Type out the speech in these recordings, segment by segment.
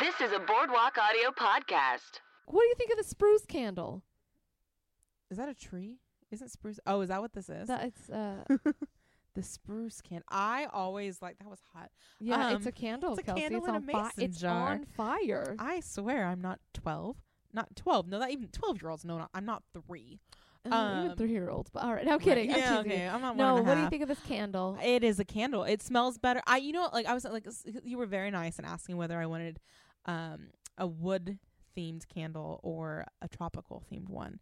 This is a Boardwalk Audio podcast. What do you think of the spruce candle? Is that a tree? Isn't spruce? Oh, is that what this is? That it's uh the spruce can. I always like that was hot. yeah, it's a Um, candle, it's a Kelsey. candle it's in a on fi- mason It's jar. on fire. I swear I'm not twelve. Not twelve. No, not even twelve year olds. No, not, I'm not three. Uh, even um, three year olds, but all right, no I'm kidding. Right. I'm Yeah, teasing you. okay. I'm not No, one and a what do you half. think of this candle? It is a candle. It smells better. I, you know, like I was like, s- you were very nice in asking whether I wanted um a wood themed candle or a tropical themed one.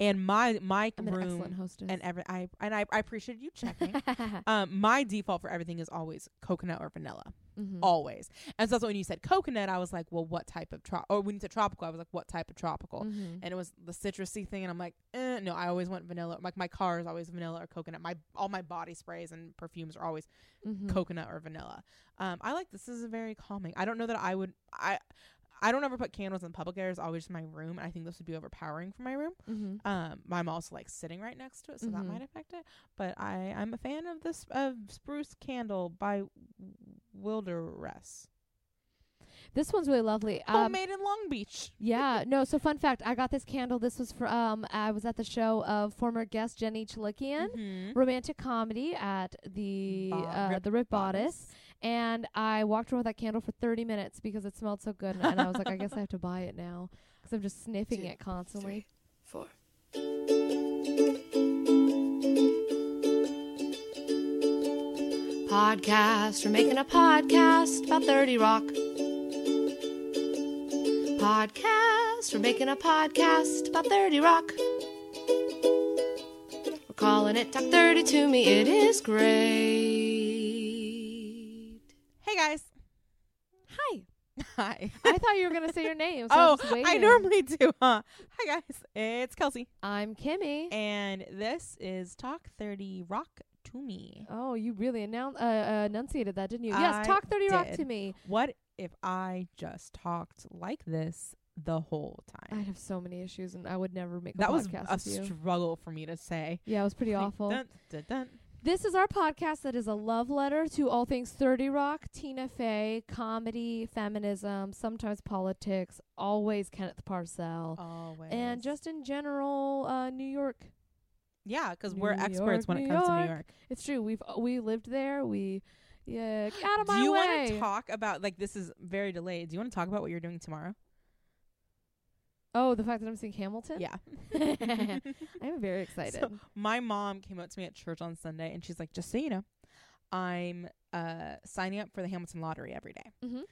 And my my I'm an room excellent hostess. Mm-hmm, and every I and I, I appreciated you checking. um, my default for everything is always coconut or vanilla. Mhm. always. And so that's why when you said coconut, I was like, well, what type of trop? Or when you said tropical, I was like, what type of tropical? Mhm. And it was the citrusy thing, and I'm like, eh, no, I always want vanilla. Like my car is always vanilla or coconut. My all my body sprays and perfumes are always Mhm. coconut or vanilla. Um, I like this is a very calming. I don't know that I would I. I don't ever put candles in public areas, always just in my room. and I think this would be overpowering for my room. Mhm. Um, but I'm also like sitting right next to it, so that Mhm. might affect it. But I, I'm a fan of this of Spruce Candle by Wilderess. This one's really lovely. Um, homemade in Long Beach. yeah, no. So fun fact, I got this candle. This was for um, I was at the show of former guest Jenny Chalikian, Mm-hmm. romantic comedy at the Bo- uh, Rip the Rip Bodice. And I walked around with that candle for 30 minutes because it smelled so good. And, and I was like, I guess I have to buy it now because I'm just sniffing Two, it constantly. four. Podcast. We're making a podcast about 30 Rock. Podcast. We're making a podcast about 30 Rock. We're calling it Talk 30 to Me. It is great. Hey guys. Hi. Hi. I thought you were going to say your name. So oh, I'm, just I waiting. normally do, huh? Hi guys. It's Kelsey. I'm Kimmy. And this is Talk 30 Rock to Me. oh, you really annou- uh, uh, enunciated that, didn't you? Yes, I talk 30 rock to did. me. What if I just talked like this the whole I'd time? have so many issues and I would never make a That was podcast a with you. struggle for me to say. yeah, it was pretty Like, awful. dun, dun, dun. This is our podcast that is a love letter to all things 30 Rock, Tina Fey, comedy, feminism, sometimes politics, always Kenneth Parcell, Always. and just in general uh, New York. yeah, because New we're York, experts when New it comes to New York. York. It's true. We've uh, we lived there. We yeah, get out of Do my you way. want to talk about like this is very delayed? Do you want to talk about what you're doing tomorrow? oh, the fact that I'm seeing Hamilton. Yeah. I'm very excited. my mom came up to me at church on Sunday and she's like, just so you know, I'm uh, signing up for the Hamilton lottery every day." Mhm.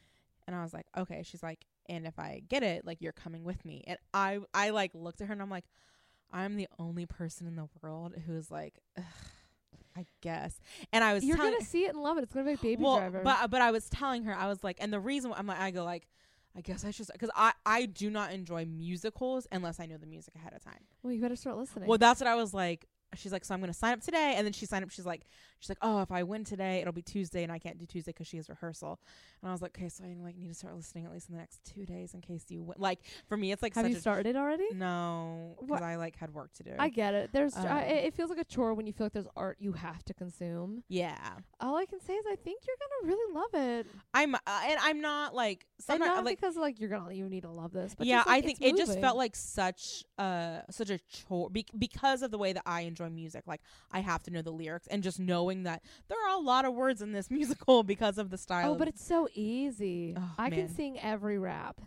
And I was like, okay. She's like, and if I get it, like you're coming with me. And I, I like looked at her and I'm like, I'm the only person in the world who's like, Ugh, I guess. And I was You're telling, gonna see it and love it. It's gonna be like Baby well, Driver. but but I was telling her, I was like, and the reason why I'm like, I go like, I guess I should, because I I do not enjoy musicals unless I know the music ahead of time. well, you better start listening. Well, that's what I was like. She's like, so I'm gonna sign up today, and then she signed up. She's like, she's like, oh, if I win today, it'll be Tuesday, and I can't do Tuesday 'cause she has rehearsal. And I was like, okay, so I like need to start listening at least in the next two days in case you win. Like for me, it's like have such you a started already? no, 'cause What? I like had work to do. I get it. There's Um, I, it it feels like a chore when you feel like there's art you have to consume. yeah, All I can say is I think you're gonna really love it. I'm uh, and I'm not like and sometimes not like because like you're gonna you need to love this. But yeah, just, like, I think it's it just moving. felt like such uh such a chore be- because of the way that I enjoy music. Like I have to know the lyrics and just knowing that there are a lot of words in this musical because of the style. oh, but of- it's so easy. Oh, I man. can sing every rap.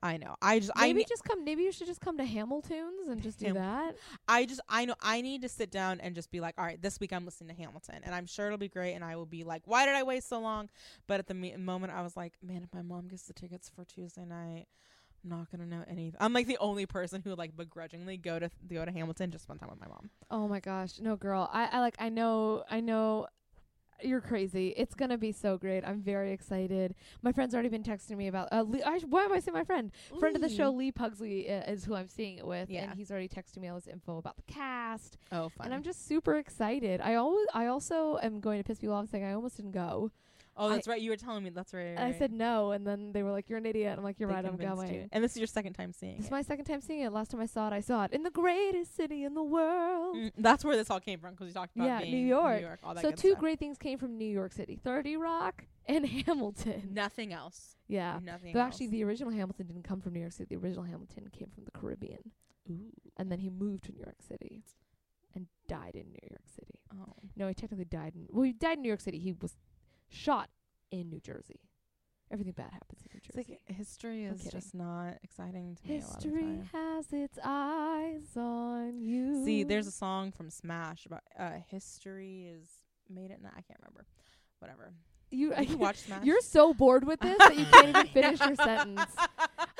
I know. I just I Maybe ne- just come. Maybe you should just come to Hamilton's and just do Ham- that. I just I know I need to sit down and just be like, all right, this week I'm listening to Hamilton, and I'm sure it'll be great, and I will be like, why did I wait so long? But at the me- moment, I was like, man, if my mom gets the tickets for Tuesday night. I'm not gonna know anything. I'm like the only person who would like begrudgingly go to go to Hamilton just spend time with my mom. Oh my gosh, no, girl. I, I like. I know. I know. You're crazy. It's gonna be so great. I'm very excited. My friend's already been texting me about. Uh, Lee, I, why am I saying my friend? Friend of the show, Lee Pugsley, uh, is who I'm seeing it with, Yeah. and he's already texting me all his info about the cast. Oh, fun! And I'm just super excited. I always, I also am going to piss people off saying I almost didn't go. Oh, I- that's right. You were telling me that's right. right, I right. said no, and then they were like, "You're an idiot." I'm like, "You're They right. I'm convinced going." you. And this is your second time seeing This is it. my second time seeing it. Last time I saw it, I saw it in the greatest city in the world. Mm, that's where this all came from because we talked about Yeah, being New York. New York, all that So good two stuff. great things came from New York City: Thirty Rock and Hamilton. Nothing else. Yeah. Nothing. Though else. actually, the original Hamilton didn't come from New York City. The original Hamilton came from the Caribbean, Ooh. and then he moved to New York City, and died in New York City. Oh. No, he technically died in. Well, he died in New York City. He was shot in New Jersey. Everything bad happens in New It's Jersey. like history I'm is kidding. just not exciting to me a lot History of the has its eyes on you. time. See, there's a song from Smash about uh, history is made it. Not I can't remember. Whatever. you. I You can't- watch Smash. You're so bored with this that you can't even finish your sentence.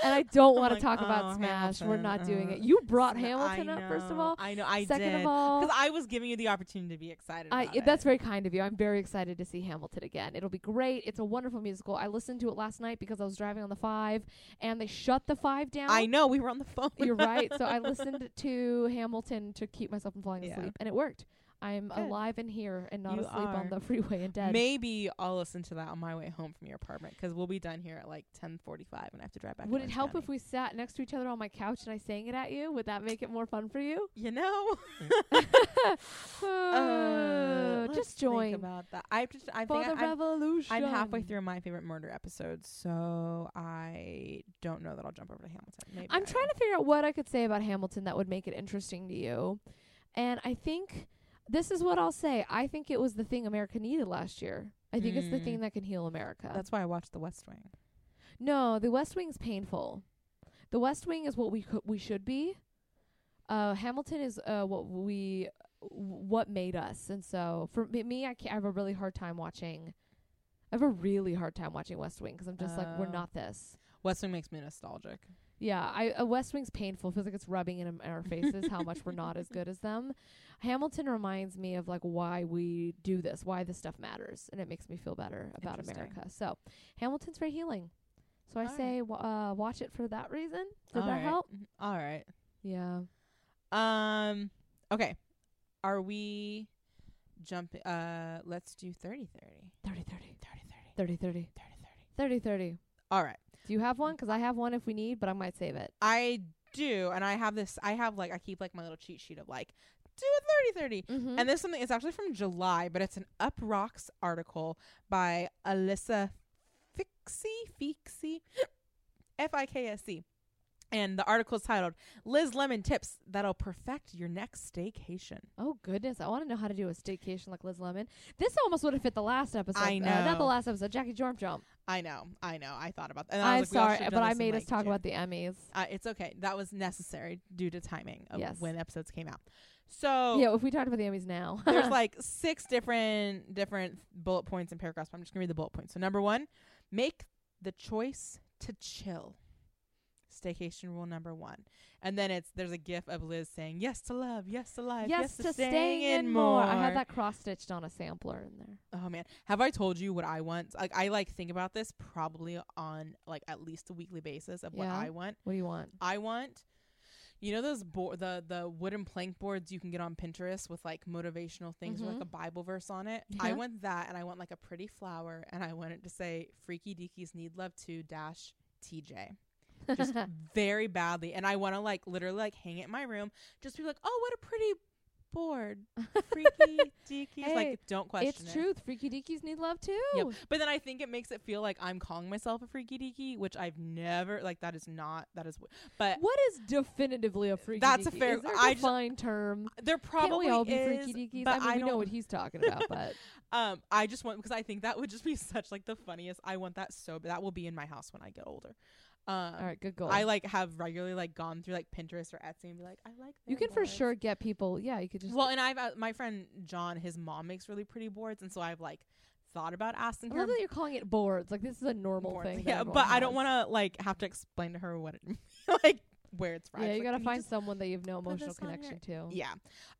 And I don't I'm want to like, talk "Oh, about Smash. We're not Hamilton, doing uh, it. You brought No, Hamilton I up first of know. all. I know. I Second did. of all, because I was giving you the opportunity to be excited. I, about that's it. very kind of you. I'm very excited to see Hamilton again. It'll be great. It's a wonderful musical. I listened to it last night because I was driving on the five, and they shut the five down. I know we were on the phone. You're right. So I listened to Hamilton to keep myself from falling Yeah. asleep, and it worked. I'm Good. alive and here and not You asleep are. on the freeway and dead. Maybe I'll listen to that on my way home from your apartment 'cause we'll be done here at like 10:45 and I have to drive back. to Would it Orange help County. if we sat next to each other on my couch and I sang it at you? Would that make it more fun for you? You know, Uh, let's just think join about that. I just I for think the I, am revolution. I'm halfway through my favorite murder episode, so I don't know that I'll jump over to Hamilton. Maybe I'm I trying will. to figure out what I could say about Hamilton that would make it interesting to you. And I think this is what I'll say. I think it was the thing America needed last year. I think it's the Mm. thing that can heal America. That's why I watched The West Wing. no, the West Wing's painful. The West Wing is what we could, we should be. Uh, Hamilton is uh, what we what made us. And so for me- me, I, can I have a really hard time watching. I have a really hard time watching West Wing 'cause I'm just like we're Oh. not this. West Wing makes me nostalgic. Yeah, I uh, West Wing's painful. Feels like it's rubbing in um, our faces how much we're not as good as them. Hamilton reminds me of like why we do this, why this stuff matters, and it makes me feel better about Interesting. America. So, Hamilton's very healing. So I All right. say wa uh, watch it for that reason. Did All that right. help? All right. Yeah. Um. Okay. Are we jumping? Uh. Let's do 30 30. 30 30 30 30 30 30. 30 30 30. 30. All right. Do you have one? 'Cause I have one if we need, but I might save it. I do, and I have this. I have like I keep like my little cheat sheet of like do a 30 30. Mm-hmm. And there's something. It's actually from July, but it's an Up Rocks article by Alyssa Fixie Fixie F I K S E. And the article is titled "Liz Lemon Tips That'll Perfect Your Next Staycation." Oh goodness, I want to know how to do a staycation like Liz Lemon. This almost would have fit the last episode. I uh, not the know. last episode. Jackie Jorm Jump. I know, I know. I thought about that. And I I'm was like, we all sorry, should've but done I this in, made us like, talk June. about the Emmys. Uh, it's okay. That was necessary due to timing of Yes. when episodes came out. So Yeah, if we talked about the Emmys now. Oh. there's like six different different bullet points and paragraphs. But I'm just gonna read the bullet points. So number one, make the choice to chill. Staycation rule number one. And then it's there's a gif of Liz saying yes to love, yes to life, yes, to, staying, in more. I had that cross stitched on a sampler in there. Oh man, have I told you what I want? Like I like think about this probably on like at least a weekly basis of what Yeah. I want. What do you want? I want. You know those bo- the the wooden plank boards you can get on Pinterest with like motivational things with like Mhm. a Bible verse on it. I Yeah. want that, and I want like a pretty flower, and I want it to say "Freaky Deakies Need Love Too Dash TJ." Just very badly, and I want to like literally like hang it in my room, just be like, "Oh, what a pretty board, Freaky Deakies." Hey, like, don't question it's it. truth. Freaky deakies need love too. Yep. But then I think it makes it feel like I'm calling myself a freaky deaky, which I've never like. That is not. That is. w- But What is definitively a freaky? That's a deaky? fair- Is there a I ju- defined term. There Can't probably we all be is, freaky deakies? but I mean, I we know don't- what he's talking about, but Um, I just want because I think that would just be such like the funniest. I want that so b- that will be in my house when I get older. Um, all right, good goal. I like have regularly like gone through like Pinterest or Etsy and be like, I like. you their can for boards. sure get people. Yeah, you could just. Well, and I've uh, my friend John, his mom makes really pretty boards, and so I've like thought about asking I her. love that you're calling it boards. Like this is a normal boards. thing. that yeah, everyone but I don't has. want to like have to explain to her what it like where it's from. Yeah, It's you like, gotta can find just- someone that you have no put emotional this on your- connection to. Yeah.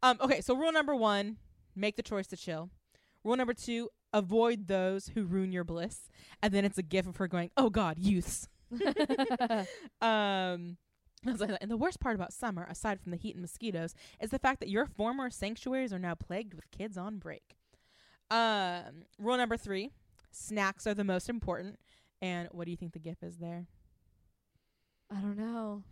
Um, okay, so rule number one, make the choice to chill. Rule number two, avoid those who ruin your bliss. And then it's a gif of her going, Oh God, youths. Um I was like, and the worst part about summer, aside from the heat and mosquitoes, is the fact that your former sanctuaries are now plagued with kids on break. Um, rule number three, Snacks are the most important. And what do you think the GIF is there? I don't know.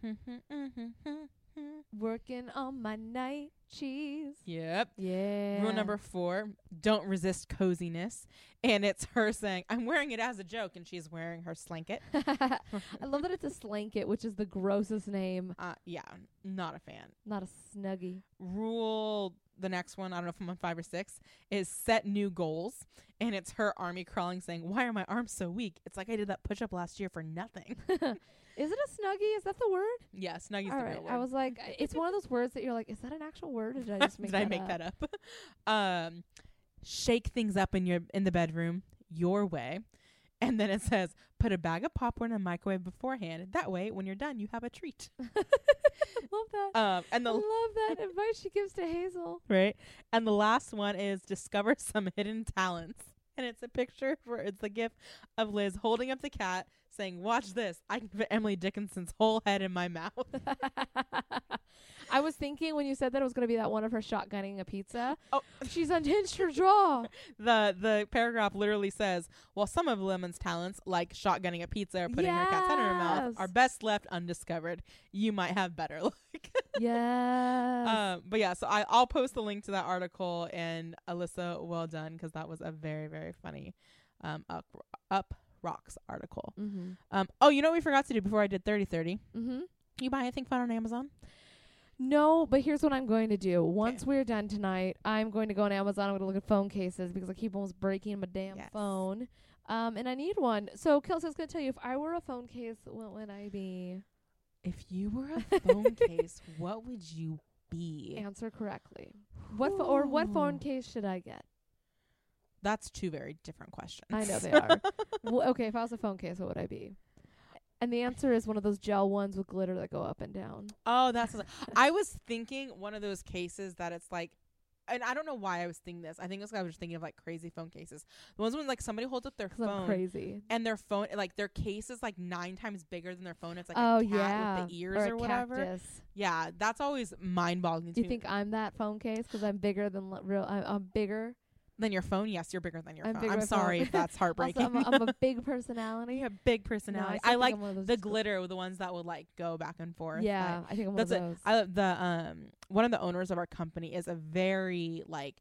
Working on my night cheese. yep. Yeah. Rule number four don't resist coziness. And it's her saying, I'm wearing it as a joke, and she's wearing her slanket. I love that it's a slanket, which is the grossest name. Uh, yeah, not a fan. Not a snuggie. Rule the next one, I don't know if I'm on five or six, is set new goals. And it's her army crawling saying, Why are my arms so weak? It's like I did that push up last year for nothing. Is it a snuggie? Is that the word? yeah, Snuggie's All the right. real word. I was like, I- it's one of those words that you're like, is that an actual word? Or did I just make did that I make up? that up? um, shake things up in your in the bedroom your way, and then it says put a bag of popcorn in the microwave beforehand. That way, when you're done, you have a treat. Love that. Um, and I the love that advice she gives to Hazel. right and the last one is discover some hidden talents. And it's a picture for it's the gif of Liz holding up the cat saying, "Watch this! I can fit Emily Dickinson's whole head in my mouth." I was thinking when you said that it was going to be that one of her shotgunning a pizza. Oh. She's unhinged her jaw. the the paragraph literally says, "While some of Lemon's talents, like shotgunning a pizza or putting her cat's head in her mouth, Yes. are best left undiscovered, you might have better luck." yes. um, but yeah, so I, I'll post the link to that article. And Alyssa, well done, because that was a very very funny um, up up rocks article. mm-hmm. Um, oh, you know what we forgot to do before I did thirty thirty. Mm-hmm. You buy anything fun on Amazon? No, but here's what I'm going to do. Once we're done tonight, I'm going to go on Amazon. I'm going to look at phone cases because I keep almost breaking my damn Yes. phone. Um, and I need one. So Kelsey, I was going to tell you if I were a phone case, what would I be? If you were a phone case, what would you be? Answer correctly. What pho- or what phone Ooh. case should I get? That's two very different questions. I know they are. Wh- okay, if I was a phone case, what would I be? And the answer is one of those gel ones with glitter that go up and down. Oh, that's. what- I was thinking one of those cases that it's like, and I don't know why I was thinking this. I think it's 'cause I was thinking of like crazy phone cases. The ones when like somebody holds up their 'Cause I'm phone crazy. and their phone, like their case is like nine times bigger than their phone. It's like oh a cat yeah, with the ears or, or, a whatever. Cactus. Yeah, that's always mind boggling to Do you me. think I'm that phone case? 'Cause I'm bigger than li- real. I'm, I'm bigger. than your phone? Yes, you're bigger than your I'm phone. bigger I'm than my sorry phone. if that's Also, heartbreaking. I'm a, I'm a big personality. you have big No, personality. still think I like I'm one of those the just- glitter, the ones that would like go back and forth. like, Yeah, I think I'm one of That's it. those. I love the um one of the owners of our company is a very like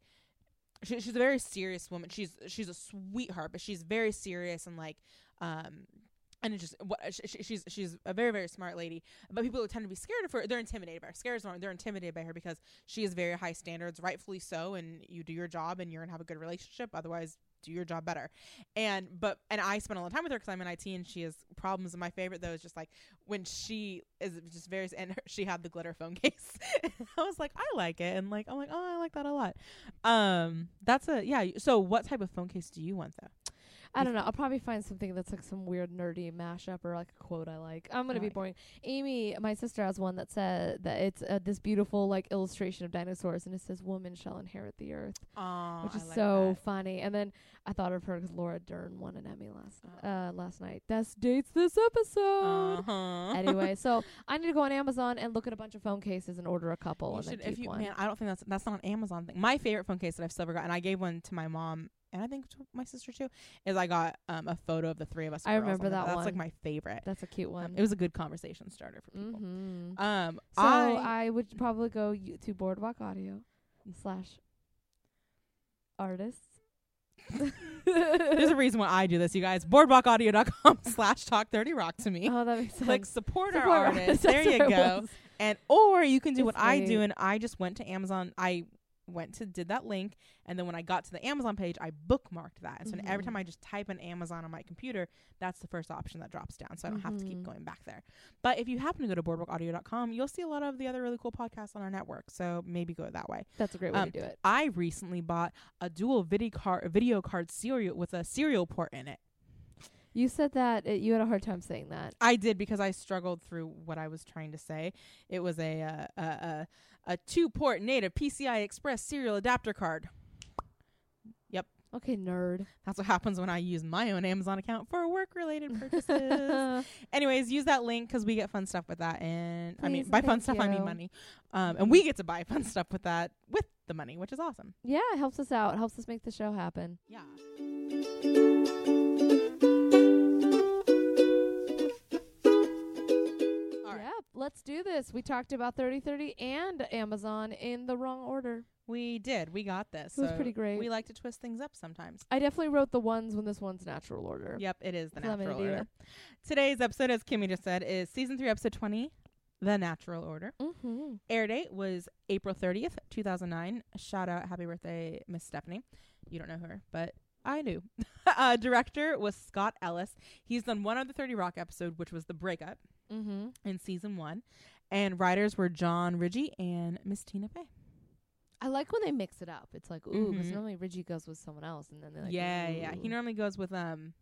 she, she's a very serious woman. She's she's a sweetheart, but she's very serious and like um and it just what she, she- she's she's a very very smart lady. But people tend to be scared of her. They're intimidated by her. Scared is wrong. They're intimidated by her because she has very high standards, rightfully so. And you do your job, and you're gonna have a good relationship. Otherwise, do your job better. And but and I spent a lot of time with her because I'm in IT and she has problems. And my favorite though is just like when she is just various and her, she had the glitter phone case. And I was like, I like it, and like I'm like, oh, I like that a lot. Um, that's a yeah. So what type of phone case do you want though? I don't know. I'll probably find something that's like some weird nerdy mashup or like a quote I like. I'm gonna I be like it. boring. Amy, my sister has one that said that it's uh, this beautiful like illustration of dinosaurs, and it says "Woman shall inherit the earth," Oh, which is so funny. And then I thought of her 'cause Laura Dern won an Emmy last Oh. uh, last night. That dates this episode. Uh-huh. anyway, so I need to go on Amazon and look at a bunch of phone cases and order a couple You and should, then if keep you, one. man, I don't think that's that's not an Amazon thing. My favorite phone case that I've still ever got, and I gave one to my mom and I think to my sister too, is I got um, a photo of the three of us. I girls on remember it. that That's like one. my favorite. That's a cute Um, one. it was a good conversation starter for people. mm-hmm. Um, So I, I, would probably go y- to Boardwalk Audio slash artists. there's a reason why I do this, you guys. Boardwalkaudio.com slash talk thirty rock to me. Oh, that makes sense. Click support, Support our artists, artists. that's There you what it go. was. And or you can do what It's I do, late. and I just went to Amazon. I went to did that link, and then when I got to the Amazon page, I bookmarked that. And so every Mhm. time I just type in Amazon on my computer, that's the first option that drops down, so I don't have to keep Mhm. going back there. But if you happen to go to boardwalkaudio.com, you'll see a lot of the other really cool podcasts on our network. So maybe go that way. That's a great way um, to do it. I recently bought a dual video card video card serial with a serial port in it. You said that it, you had a hard time saying that. I did because I struggled through what I was trying to say. It was a uh, a, a, a two port native PCI Express serial adapter card. Okay, nerd. That's what happens when I use my own Amazon account for work related purchases. Anyways, use that link 'cause we get fun stuff with that, and I Please mean and by fun thank stuff I mean you. money, um, and we get to buy fun stuff with that with the money, which is awesome. yeah, it helps us out. It helps us make the show happen. Yeah. this. We talked about 3030 and Amazon in the wrong order. We did. We got this. It was So pretty great. We like to twist things up sometimes. I definitely wrote the ones when this one's natural order. Yep, it is the So I'm an natural idiot. order. Today's episode, as Kimmy just said, is season three, episode 20, The Natural Order. Mm-hmm. Air date was April 30th, 2009. Shout out, happy birthday, Miss Stephanie. You don't know her, but I do. uh, director was Scott Ellis. He's done one other 30 Rock episode, which was The Breakup Mm-hmm. in season one. And writers were John Ridgie and Miss Tina Fey. I like when they mix it up. It's like, ooh, 'cause Mhm. normally Reggie goes with someone else, and then they're like, yeah, yeah. He ooh. normally goes with um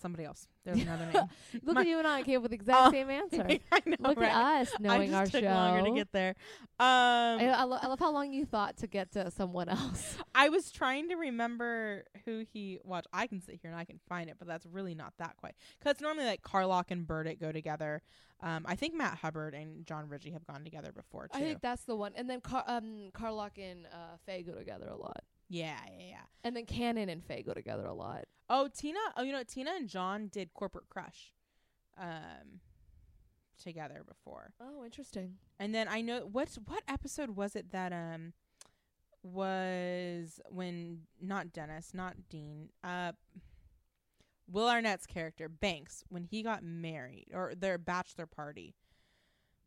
somebody else. There's another name. Look my- at you and I came up with the exact Oh. same answer. I know, Look right? at us I knowing just our took show. longer to get there. I, uh, Um, I, lo- I love how long you thought to get to someone else. I was trying to remember who he watched. I can sit here and I can find it, but that's really not that quite. Because normally like Carlock and Burdick go together. Um, I think Matt Hubbard and John Ritchie have gone together before too. I think that's the one. And then Car- um, Carlock and uh, Faye go together a lot, yeah, yeah, yeah. and then Cannon and Faye go together a lot. Oh, Tina. Oh, you know Tina and John did Corporate Crush, um, together before. Oh, interesting. And then I know what's what episode was it that um was when not Dennis, not Dean, uh Will Arnett's character, Banks, when he got married or their bachelor party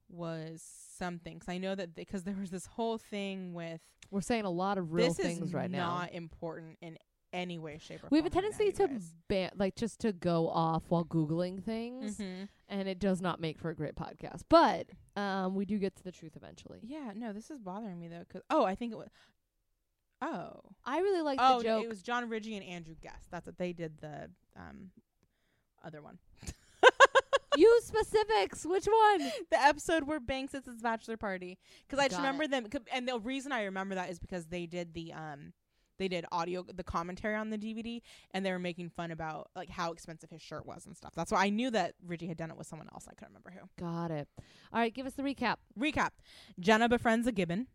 was something. 'Cause I know that because there was this whole thing with We're saying a lot of real this things is right now. not important in any way, shape, or We have a form in tendency any to ways. ban- like just to go off while googling things, Mhm. and it does not make for a great podcast. But um, we do get to the truth eventually. Yeah, no, this is bothering me though. 'Cause oh, I think it was. Oh, I really like oh, the no, joke. it was John Ridgie and Andrew Guest. That's what they did the um other one. you specifics. Which one? the episode where Banks is his bachelor party because I just Got remember them. 'cause- And the reason I remember that is because they did the um they did audio the commentary on the DVD and they were making fun about like how expensive his shirt was and stuff. That's why I knew that Ridgie had done it with someone else. I couldn't remember who. Got it. All right, give us the recap. Recap: Jenna befriends a gibbon.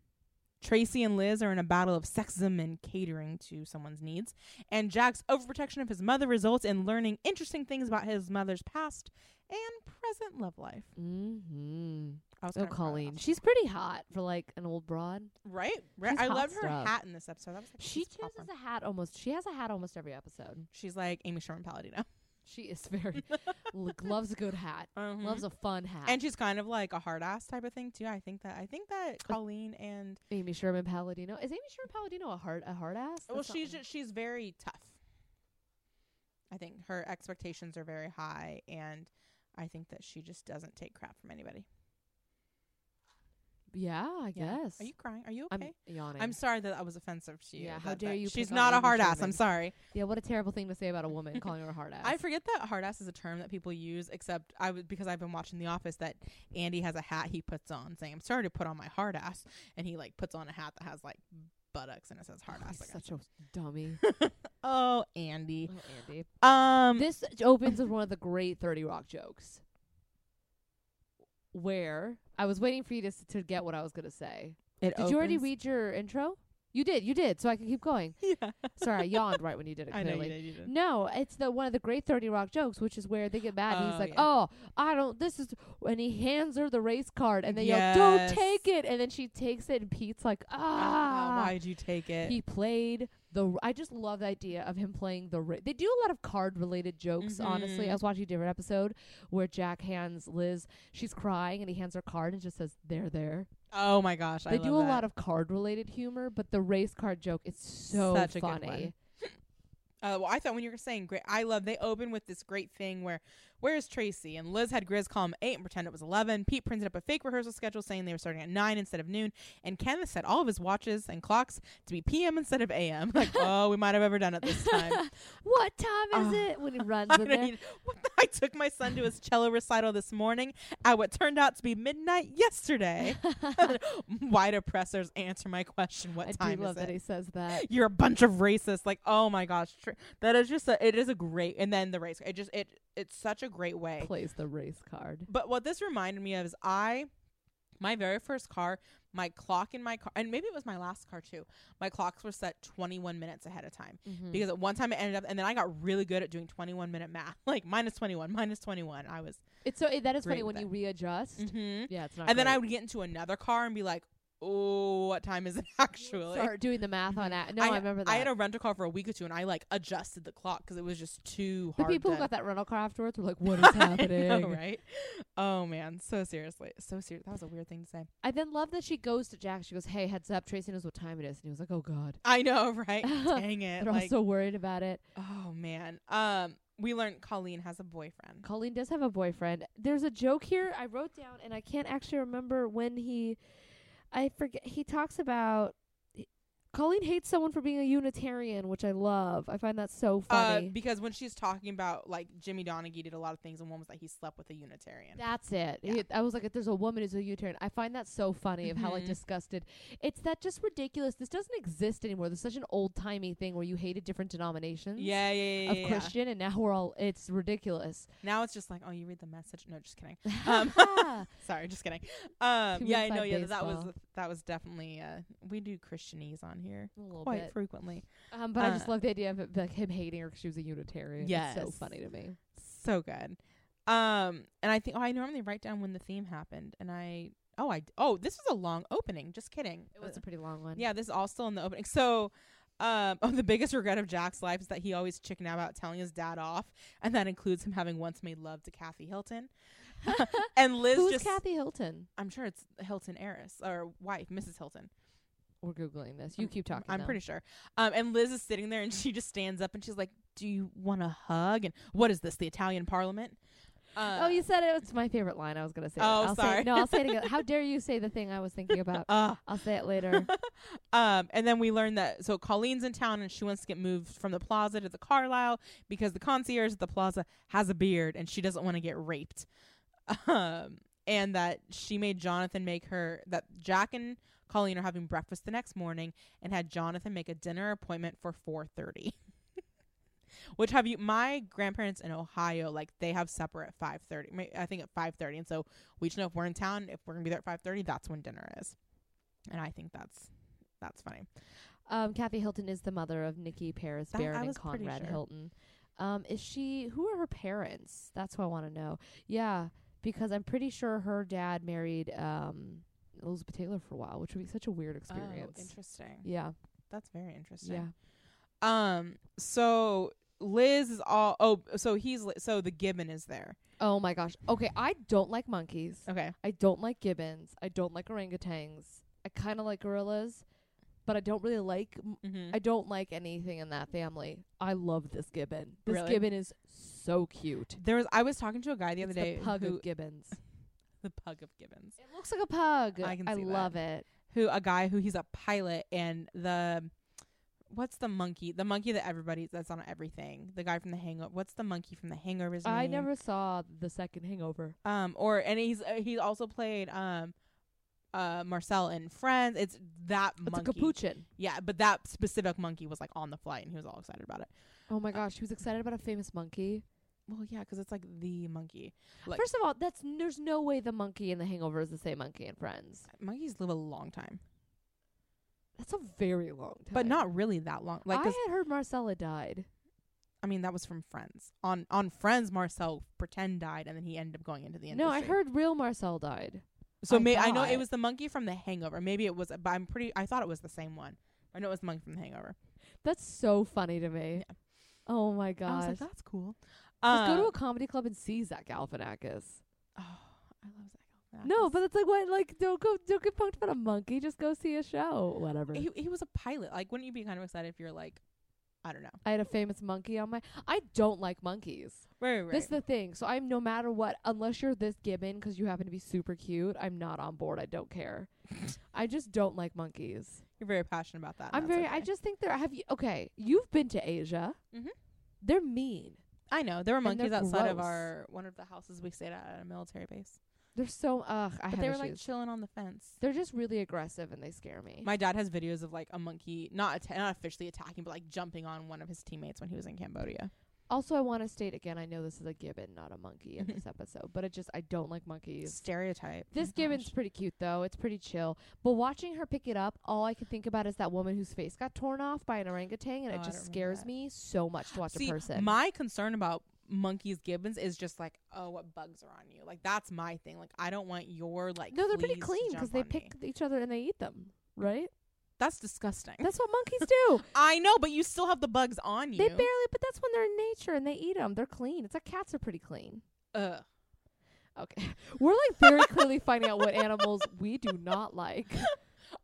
Tracy and Liz are in a battle of sexism and catering to someone's needs. And Jack's overprotection of his mother results in learning interesting things about his mother's past and present love life. Mm-hmm. I was Oh, kinda proud of Colleen, that. she's pretty hot for like an old broad. right. right? she's I hot love her stuff. hat in this episode. That was like a She piece of chooses popcorn. a hat almost. She has a hat almost every episode. She's like Amy Sherman Palladino. She is very l- loves a good hat. Mhm. Loves a fun hat. and she's kind of like a hard ass type of thing too. I think that I think that Colleen and Amy Sherman Palladino is Amy Sherman Palladino a hard a hard ass? well, That's not she's what- just, she's very tough. I think her expectations are very high, and I think that she just doesn't take crap from anybody. yeah, I Yeah. guess. Are you crying? Are you I'm okay? yawning. I'm, sorry that I was offensive to you. Yeah, how that- dare that- you She's pick on not a Amy hard ass. I'm Sherman. sorry. yeah, what a terrible thing to say about a woman calling her a hard ass. I forget that hard ass is a term that people use, except I would because I've been watching The Office that Andy has a hat he puts on saying, I'm sorry to put on my hard ass and he like puts on a hat that has like buttocks and it says hard Oh, ass he's again. such a dummy. Oh Andy. oh, Andy. Um this opens with one of the great 30 Rock jokes. Where I was waiting for you to s- to get what I was going to say. it Did you already opens- read your intro? You did, you did, so I can keep going. Yeah. Sorry, I yawned right when you did it I clearly. know you did, you did. No, it's the one of the great 30 Rock jokes, which is where they get mad and Oh, he's like, yeah. "Oh, I don't this is when he hands her the race card and they yell, "Don't Yes. take it." And then she takes it and Pete's like, "Ah." Ah, why'd you take it? He played the. r- I just love the idea of him playing the. Ra- they do a lot of card related jokes. Honestly, Mhm. I was watching a different episode where Jack hands Liz. She's crying and he hands her card and just says, "They're there." oh my gosh. I they do love a lot that. of card related humor, but the race card joke is so Such a good funny. one. Uh, well, I thought when you were saying great, I love they open with this great thing where where's Tracy and Liz had Grizz call him eight and pretend it was eleven. Pete printed up a fake rehearsal schedule saying they were starting at nine instead of noon, and Kenneth set all of his watches and clocks to be p.m. instead of a.m. Like, oh, we might have ever done it this time. What time is Oh. it when he runs I, in there? mean, what the- I took my son to his cello recital this morning at what turned out to be midnight yesterday. White oppressors, answer my question. What I time do love is that it? he says that. you're a bunch of racists like oh my gosh tr- that is just a, it is a great and then the race it just it it's such a great way Plays the race card. but what this reminded me of is i my very first car my clock in my car, and maybe it was my last car too. My clocks were set 21 minutes ahead of time Hmm. because at one time it ended up, and then I got really good at doing 21 minute math, like minus 21, minus 21. I was, It's so it, that is funny Great when with you readjust. mm-hmm. Yeah, it's not. and then I great. would get into another car and be like, oh, what time is it actually? start doing the math on that. No, I, remember that. Mm-hmm. I had a rental car for a week or two, and I like adjusted the clock because it was just too the hard. people to, who got that rental car afterwards were like, "What is happening?" I know, right? Oh man, so seriously, so serious. That was a weird thing to say. I then love that she goes to Jack. She goes, "Hey, heads up, Tracy knows what time it is." And he was like, "Oh God." I know, right? Dang it! They're all like, so worried about it. oh man. Um, we learned Colleen has a boyfriend. Colleen does have a boyfriend. There's a joke here I wrote down, and I can't actually remember when he. I forget. He talks about. he- Colleen hates someone for being a Unitarian, which I love. I find that so Uh, funny. because when she's talking about like Jimmy Donaghy did a lot of things, and one was that he slept with a Unitarian. That's it. Yeah. It- I was like, if there's a woman who's a Unitarian, I find that so funny of how like Mhm. disgusted. It's that just ridiculous. This doesn't exist anymore. There's such an old timey thing where you hated different denominations. yeah, yeah, yeah. Of yeah, yeah. Christian, and now we're all, it's ridiculous. Now it's just like, oh, you read the message. No, just kidding. Um, Sorry, just kidding. Um, Who yeah, I reads know. that Yeah, that was baseball? that was definitely. Uh, we do Christianese on here a little quite bit. frequently. Um, but I just Uh, love the idea of it, like him hating her 'cause she was a Unitarian. it's so Yes. funny to me. So good. Um, and I think oh, I normally write down when the theme happened, and I oh I oh this was a long opening. Just kidding. It was a pretty long one. Yeah, this is all still in the opening. So, um, oh, the biggest regret of Jack's life is that he always chicken out about telling his dad off, and that includes him having once made love to Kathy Hilton. and Liz Who's just, Kathy Hilton? I'm sure it's Hilton heiress or wife, Mrs. Hilton. We're googling this. You keep talking. I'm though. pretty sure. Um, and Liz is sitting there, and she just stands up, and she's like, "Do you want a hug?" And what is this? The Italian Parliament? Uh, oh, you said it. It's my favorite line. I was gonna say. it. Oh, I'll Say sorry. it. No, I'll say it again. How dare you say the thing I was thinking about? uh, I'll say it later. Um, and then we learned that so Colleen's in town and she wants to get moved from the plaza to the Carlisle because the concierge at the plaza has a beard and she doesn't want to get raped. Um, and that she made Jonathan make her that Jack and Colleen are having breakfast the next morning and had Jonathan make a dinner appointment for four thirty. Which have you? My grandparents in Ohio, like they have supper at five thirty. I think at five thirty, and so we just know if we're in town, if we're gonna be there at five thirty, that's when dinner is. And I think that's that's funny. Um, Kathy Hilton is the mother of Nikki Paris That- I Barron and was pretty Conrad sure. Hilton. Um, is she? Who are her parents? That's what I want to know. Yeah, because I'm pretty sure her dad married um, Elizabeth Taylor for a while, which would be such a weird experience. Oh, interesting. yeah, That's very interesting. yeah. Um. So Liz is all. Oh, so he's li- so the gibbon is there. Oh my gosh. Okay, I don't like monkeys. Okay. I don't like gibbons. I don't like orangutans. I kind of like gorillas, but I don't really like. m Mm-hmm. I don't like anything in that family. I love this gibbon. This Really? gibbon is so cute. there was. I was talking to a guy the other It's day the pug who of gibbons. the pug of gibbons. It looks like a pug. I can see that. love it. Who a guy who he's a pilot and the. What's the monkey? The monkey that everybody that's on everything. The guy from the Hangover. What's the monkey from the Hangover's I name? never saw the second Hangover. Um. Or and he's uh, he's also played um, uh Marcel in Friends. It's that It's monkey. a capuchin. Yeah, but that specific monkey was like on the flight and he was all excited about it. Oh my gosh, he was excited about a famous monkey. Well, yeah, 'cause it's like the monkey. Like First of all, that's there's no way the monkey in the Hangover is the same monkey in Friends. monkeys live a long time, That's a very long time. but not really that long. Like, I 'cause- had heard Marcella died. I mean, that was from Friends. On on Friends, Marcel pretend died, and then he ended up going into the industry. No, I heard real Marcel died. So I may I know thought. it was the monkey from The Hangover. Maybe it was, but I'm pretty. I thought it was the same one. I know it was the monkey from The Hangover. That's so funny to me. Oh my I was gosh. like, that's cool. Just go to Um, a comedy club and see Zach Galifianakis. oh, I love Zach. No, but it's like what? Like don't go, don't get punked about a monkey. Just go see a show. Whatever. he he was a pilot. Like, wouldn't you be kind of excited if you're like, I don't know, I had a famous monkey on my. I don't like monkeys. right, right. This is the thing. So I'm no matter what, unless you're this gibbon 'cause you happen to be super cute, I'm not on board. I don't care. I just don't like monkeys. you're very passionate about that. and I'm Oh, that's very. I okay. just think they're. Have you? Okay, you've been to Asia. Mhm. They're mean. I know there were And they're monkeys outside of gross. our one of the houses we stayed at at a military base, They're so. Ugh. I but have they were issues. like chilling on the fence. They're just really aggressive and they scare me. My dad has videos of like a monkey not atta- not officially attacking, but like jumping on one of his teammates when he was in Cambodia. Also, I want to state again. I know this is a gibbon, not a monkey, in this episode, but it just I don't like monkeys. Stereotype. This Oh my gibbon's pretty cute though. It's pretty chill. But watching her pick it up, all I can think about is that woman whose face got torn off by an orangutan, and Oh, I it don't just remember scares that. me so much to watch See, a person. My concern about monkeys gibbons is just like oh what bugs are on you like that's my thing like i don't want your like no, they're pretty fleas to clean because jump they on me. pick each other and they eat them. Right? that's disgusting That's what monkeys do. i know but you still have the bugs on you They barely, but that's when they're in nature and they eat them. They're clean. It's like cats are pretty clean. Ugh. Okay, we're like very clearly finding out what animals we do not like.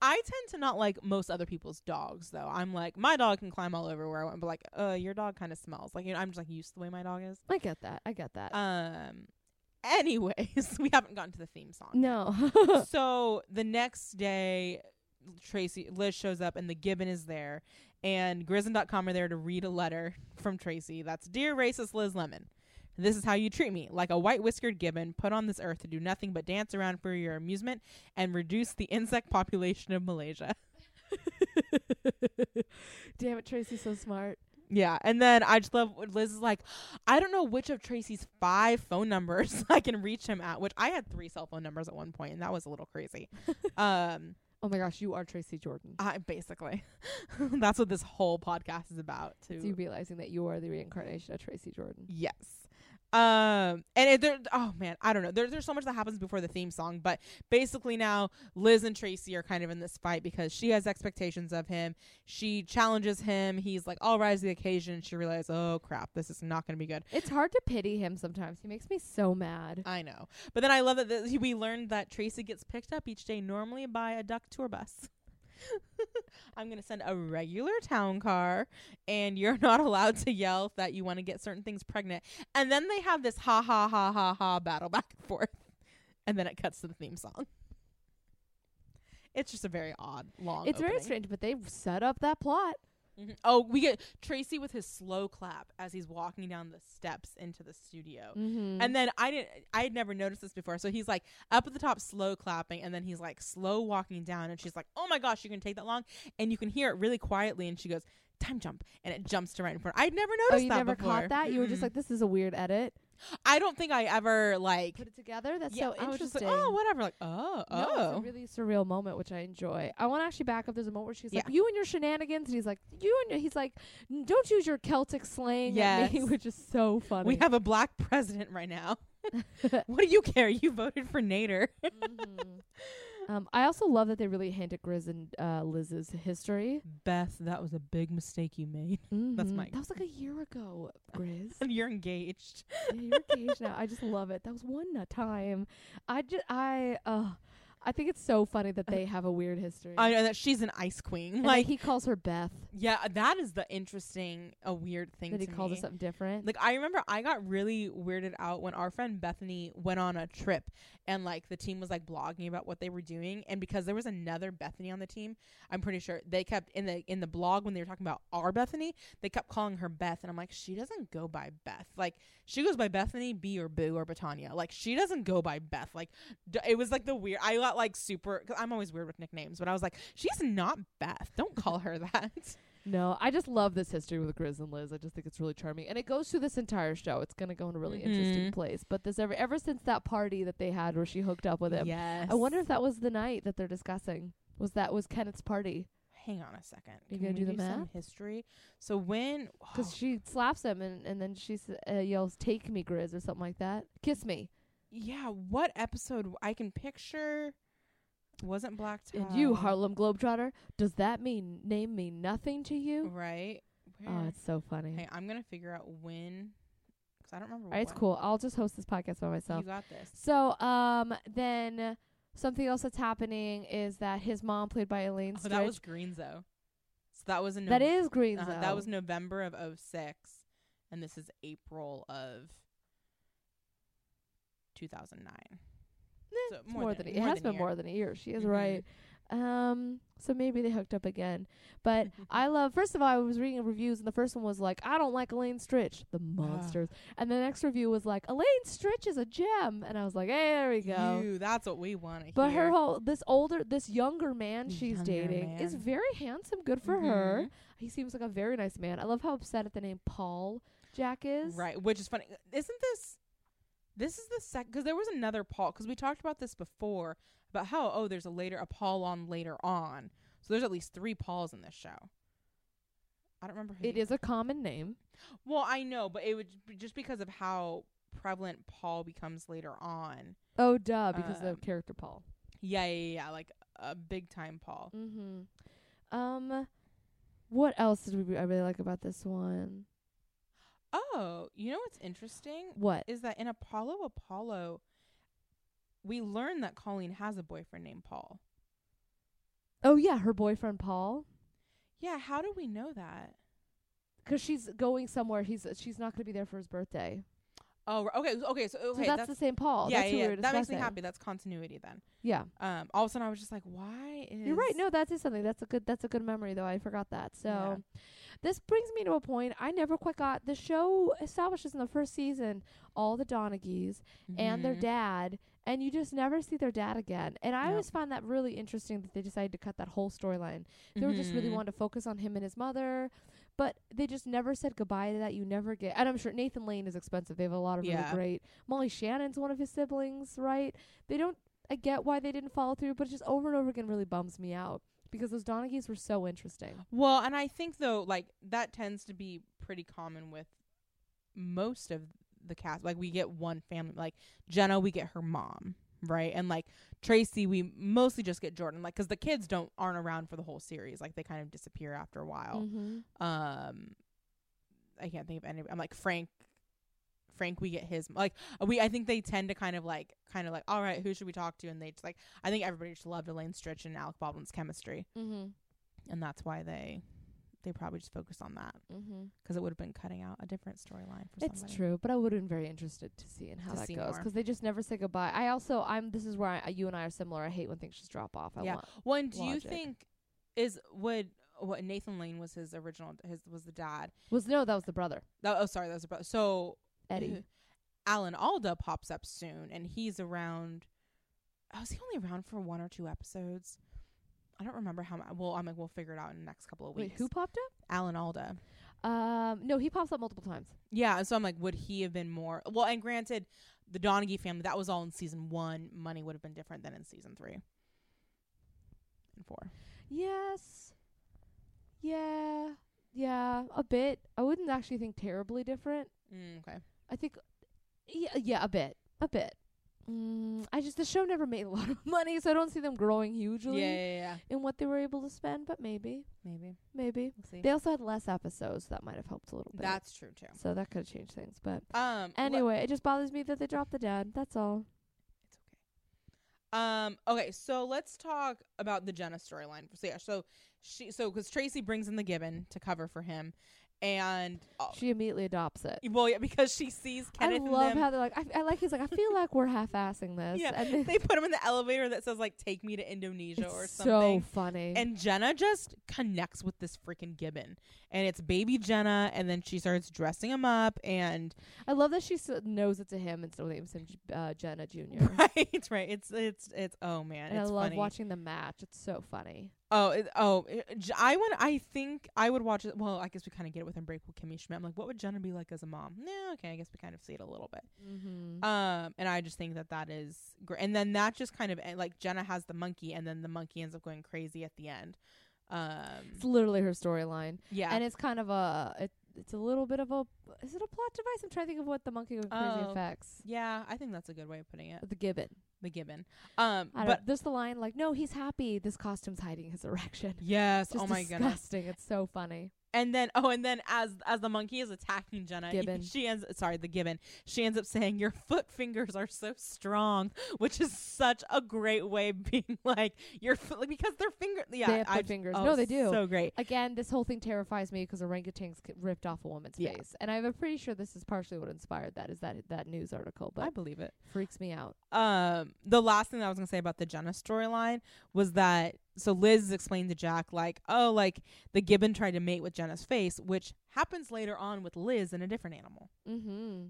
i tend to not like most other people's dogs though i'm like my dog can climb all over where i want but like uh your dog kind of smells like you know i'm just like used to the way my dog is I get that. I get that. um anyways we haven't gotten to the theme song yet. no. so the next day, Tracy Liz shows up and the Gibbon is there, and Grizzin.com are there to read a letter from Tracy. That's dear racist Liz Lemon. This is how you treat me, like a white whiskered gibbon put on this earth to do nothing but dance around for your amusement and reduce the insect population of Malaysia. Damn it, Tracy's so smart. Yeah, and then I just love when Liz is like, I don't know which of Tracy's five phone numbers I can reach him at, which I had three cell phone numbers at one point, and that was a little crazy. um, Oh my gosh, you are Tracy Jordan. I basically. That's what this whole podcast is about. It's you Too. realizing that you are the reincarnation of Tracy Jordan. Yes. Um. And it, there. Oh man, I don't know. There, there's so much that happens before the theme song, but basically now Liz and Tracy are kind of in this fight because she has expectations of him. She challenges him. He's like, "I'll rise to the occasion." She realizes, "Oh crap, this is not going to be good." It's hard to pity him sometimes. He makes me so mad. I know. But then I love that th- we learned that Tracy gets picked up each day normally by a duck tour bus. I'm going to send a regular town car, and you're not allowed to yell that you want to get certain things pregnant. And then they have this ha ha ha ha ha battle back and forth. And then it cuts to the theme song. It's just a very odd, long. It's very opening. strange, but they set up that plot. Mhm. Oh, we get Tracy with his slow clap as he's walking down the steps into the studio. Mm-hmm. And then I didn't I had never noticed this before. So he's like up at the top slow clapping and then he's like slow walking down and she's like, "Oh my gosh, you can take that long." And you can hear it really quietly and she goes, "Time jump." And it jumps to right in front. I'd never oh, noticed you that never before. caught that? You were just Mm-mm. like, this is a weird edit. I don't think I ever like Put it together. That's yeah, so I was just interesting. like, "Oh, whatever." Like, "Oh, No, oh." it's a really surreal moment, which I enjoy. I want to actually back up. There's a moment where she's Yeah. like, "You and your shenanigans," and he's like, "You and your, he's like, "N- don't use your Celtic slang at me," Yes. which is so funny. we have a black president right now. what do you care? You voted for Nader. Mhm. um, I also love that they really hint at Grizz and uh, Liz's history. Beth, that was a big mistake you made. Mhm. Mike. That was like a year ago, Grizz. You're engaged. yeah, you're engaged now. I just love it. That was one a time. I just I uh, I think it's so funny that they have a weird history. I know that she's an ice queen. And that like he calls her Beth. Yeah, uh, that is the interesting, a weird thing. That he to called her me. something different. Like I remember, I got really weirded out when our friend Bethany went on a trip, and like the team was like blogging about what they were doing, and because there was another Bethany on the team, I'm pretty sure they kept in the in the blog when they were talking about our Bethany, they kept calling her Beth, and I'm like, she doesn't go by Beth. Like she goes by Bethany B or Boo or Batania. Like she doesn't go by Beth. Like d- it was like the weird. I got like super. Cause I'm always weird with nicknames, but I was like, she's not Beth. Don't call her that. No, I just love this history with Grizz and Liz. I just think it's really charming, and it goes through this entire show. It's gonna go in a really interesting Mhm. place. But this ever ever since that party that they had where she hooked up with him, Yes. I wonder if that was the night that they're discussing. Was that was Kenneth's party? Hang on a second. You Can gonna we do the Some math? history. So when? 'Cause oh, she slaps him and and then she s- uh, yells, "Take me, Grizz," or something like that. Kiss me, yeah, what episode? I can picture. Wasn't Black Tie? and you Harlem Globetrotter. Does that mean name mean nothing to you? Right. Oh, Where- it's so funny. hey, I'm gonna figure out when. Cause I don't remember. All right, it's when. cool. I'll just host this podcast by myself. You got this. So, um, then something else that's happening is that his mom, played by Elaine Oh, Stritch, that was Greenzo. So that was in. that Nov- is Green uh-huh, Zone. that was November of '06, and this is April of 2009. Eh, so it's more than, a- it has been more than a year. She is Mhm. right. Um, so maybe they hooked up again. But I love. First of all, I was reading reviews, and the first one was like, "I don't like Elaine Stritch, the Uh-huh. monsters," and the next review was like, "Elaine Stritch is a gem," and I was like, "Hey, there we go." You, that's what we want to but hear. her whole this older this younger man she's Younger dating is man. Mm-hmm. very handsome. Good for her. He seems like a very nice man. I love how upset at the name Paul Jack is. Right, which is funny. Isn't this? This is the second because there was another Paul because we talked about this before about how oh there's a later a Paul on later on. So there's at least three Pauls in this show. I don't remember who. It the- is a common name. well, I know, but it would be just because of how prevalent Paul becomes later on. Oh duh, because Um, of character Paul. Yeah, yeah, yeah, yeah, like a big time Paul. Mm-hmm. Um, what else did we? re- I really like about this one. Oh, you know what's interesting What? is that in Apollo Apollo, we learn that Colleen has a boyfriend named Paul. Oh yeah, her boyfriend Paul. Yeah, how do we know that? 'Cause she's going somewhere. He's she's not gonna be there for his birthday. Oh, r- okay, okay. So, okay, so that's, the same Paul. yeah, that's who yeah, we yeah, were that makes me discussing. happy. That's continuity then. Yeah, Um, all of a sudden I was just like, why is you're right. No, that is something. That's a good. That's a good memory though. I forgot that. So, Yeah. this brings me to a point I never quite got. The show establishes in the first season all the Donaghy's and their Mhm. dad, and you just never see their dad again. And I Yep. always find that really interesting that they decided to cut that whole storyline. They were just really Mhm. wanting to focus on him and his mother, but they just never said goodbye to that. You never get, and I'm sure Nathan Lane is expensive. They have a lot of really Yeah. great. Molly Shannon's one of his siblings, right? They don't. I get why they didn't follow through, but it just over and over again really bums me out because those Donaghy's were so interesting. Mm-hmm. Well, and I think though, like that tends to be pretty common with most of the cast. Like we get one family, like Jenna, we get her mom, right, and like Tracy, we mostly just get Jordan, like 'cause the kids don't aren't around for the whole series. Like they kind of disappear after a while. Mm-hmm. Um, I can't think of any. I'm like Frank. Frank, we get his like we. I think they tend to kind of like kind of like all right, who should we talk to? And they just like I think everybody just loved Elaine Stritch and Alec Baldwin's chemistry Mm-hmm. and that's why they they probably just focused on that Mm-hmm. because it would have been cutting out a different storyline for It's somebody. true, but I would have been very interested to see in how To that see goes more. because they just never say goodbye. I also, I'm. This is where I, uh, you and I are similar. I hate when things just drop off. I Yeah. want. Well, and do Logic. you think is would what Nathan Lane was his original his was the dad? Was no, that was the brother That, oh, sorry, that was the brother. So Eddie. Alan Alda pops up soon, and he's around. Oh, is he only around for one or two episodes? I don't remember how. mu- Well, I'm like we'll figure it out in the next couple of Wait, weeks. who popped up? Alan Alda. Um, no, he pops up multiple times. Yeah, so I'm like, would he have been more well? And granted, the Donaghy family that was all in season one. Money would have been different than in season three and four. Yes. Yeah. Yeah. A bit. I wouldn't actually think terribly different. Mm, okay, I think. Yeah. Yeah. A bit. A bit. Mm, I just the show never made a lot of money, so I don't see them growing hugely yeah, yeah, yeah, in what they were able to spend. But maybe, maybe maybe we'll see. they also had less episodes so that might have helped a little bit. That's true too. so that could have changed things. But Um, le- anyway, it just bothers me that they dropped the dad. That's all. it's okay. Um, okay, so let's talk about the Jenna storyline. So yeah, so she so because Tracy brings in the gibbon to cover for him, and uh, She immediately adopts it. well, yeah, because she sees Kenneth. I and love them- how they're like. I, I like. He's like. I feel like we're half-assing this. Yeah, and then- they put him in the elevator that says like "Take me to Indonesia" it's or so something. funny. And Jenna just connects with this freaking gibbon. And it's baby Jenna. And then she starts dressing him up. And I love that she s- knows it's a him and still names him J- uh, Jenna Junior. right, right. It's, it's, it's, oh man. And I it's love funny. watching the match. It's so funny. oh, it, oh, it- J- I want, I think I would watch it. Well, I guess we kind of get it with Unbreakable Kimmy Schmidt. I'm like, what would Jenna be like as a mom? Yeah, okay. I guess we kind of see it a little bit. Mm-hmm. Um, and I just think that that is great. And then that just kind of, and, like, Jenna has the monkey and then the monkey ends up going crazy at the end. it's Um, literally her storyline, yeah. and it's kind of a. It, it's a little bit of a. Is it a plot device? I'm trying to think of what the monkey with crazy Oh. effects. yeah, I think that's a good way of putting it. The gibbon. The gibbon. Um, I but don't, there's the line like, "No, he's happy. This costume's hiding his erection." Yes. It's just oh my goodness. disgusting. It's so funny. And then oh, and then as as the monkey is attacking Jenna, he- Gibbon. she ends sorry the gibbon. She ends up saying, "Your foot fingers are so strong," which is such a great way of being like your foot like, because their finger. Yeah, They have I foot j- fingers. oh, No, they do. So great. Again, this whole thing terrifies me because orangutans get ripped off a woman's Yeah. face, and I'm pretty sure this is partially what inspired that. Is that that news article? But I believe it. freaks me out. Um, the last thing that I was gonna say about the Jenna storyline was that so Liz is explaining to Jack like, oh, like the gibbon tried to mate with Jenna's face, which happens later on with Liz and a different animal. Mm-hmm.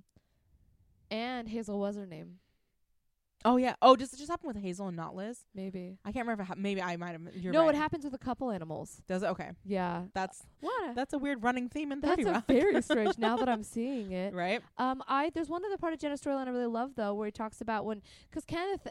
And Hazel was her name, Oh yeah. Oh, does it just happen with Hazel and not Liz? maybe. I can't remember. If it hap- maybe I might have. You're no, right. it happens with a couple animals. Does it? Okay. Yeah. That's What? that's a weird running theme in That's Thirty a Rock. very strange. Now that I'm seeing it, right. um, I there's one other part of Jenna's storyline I really love though, where he talks about when because Kenneth,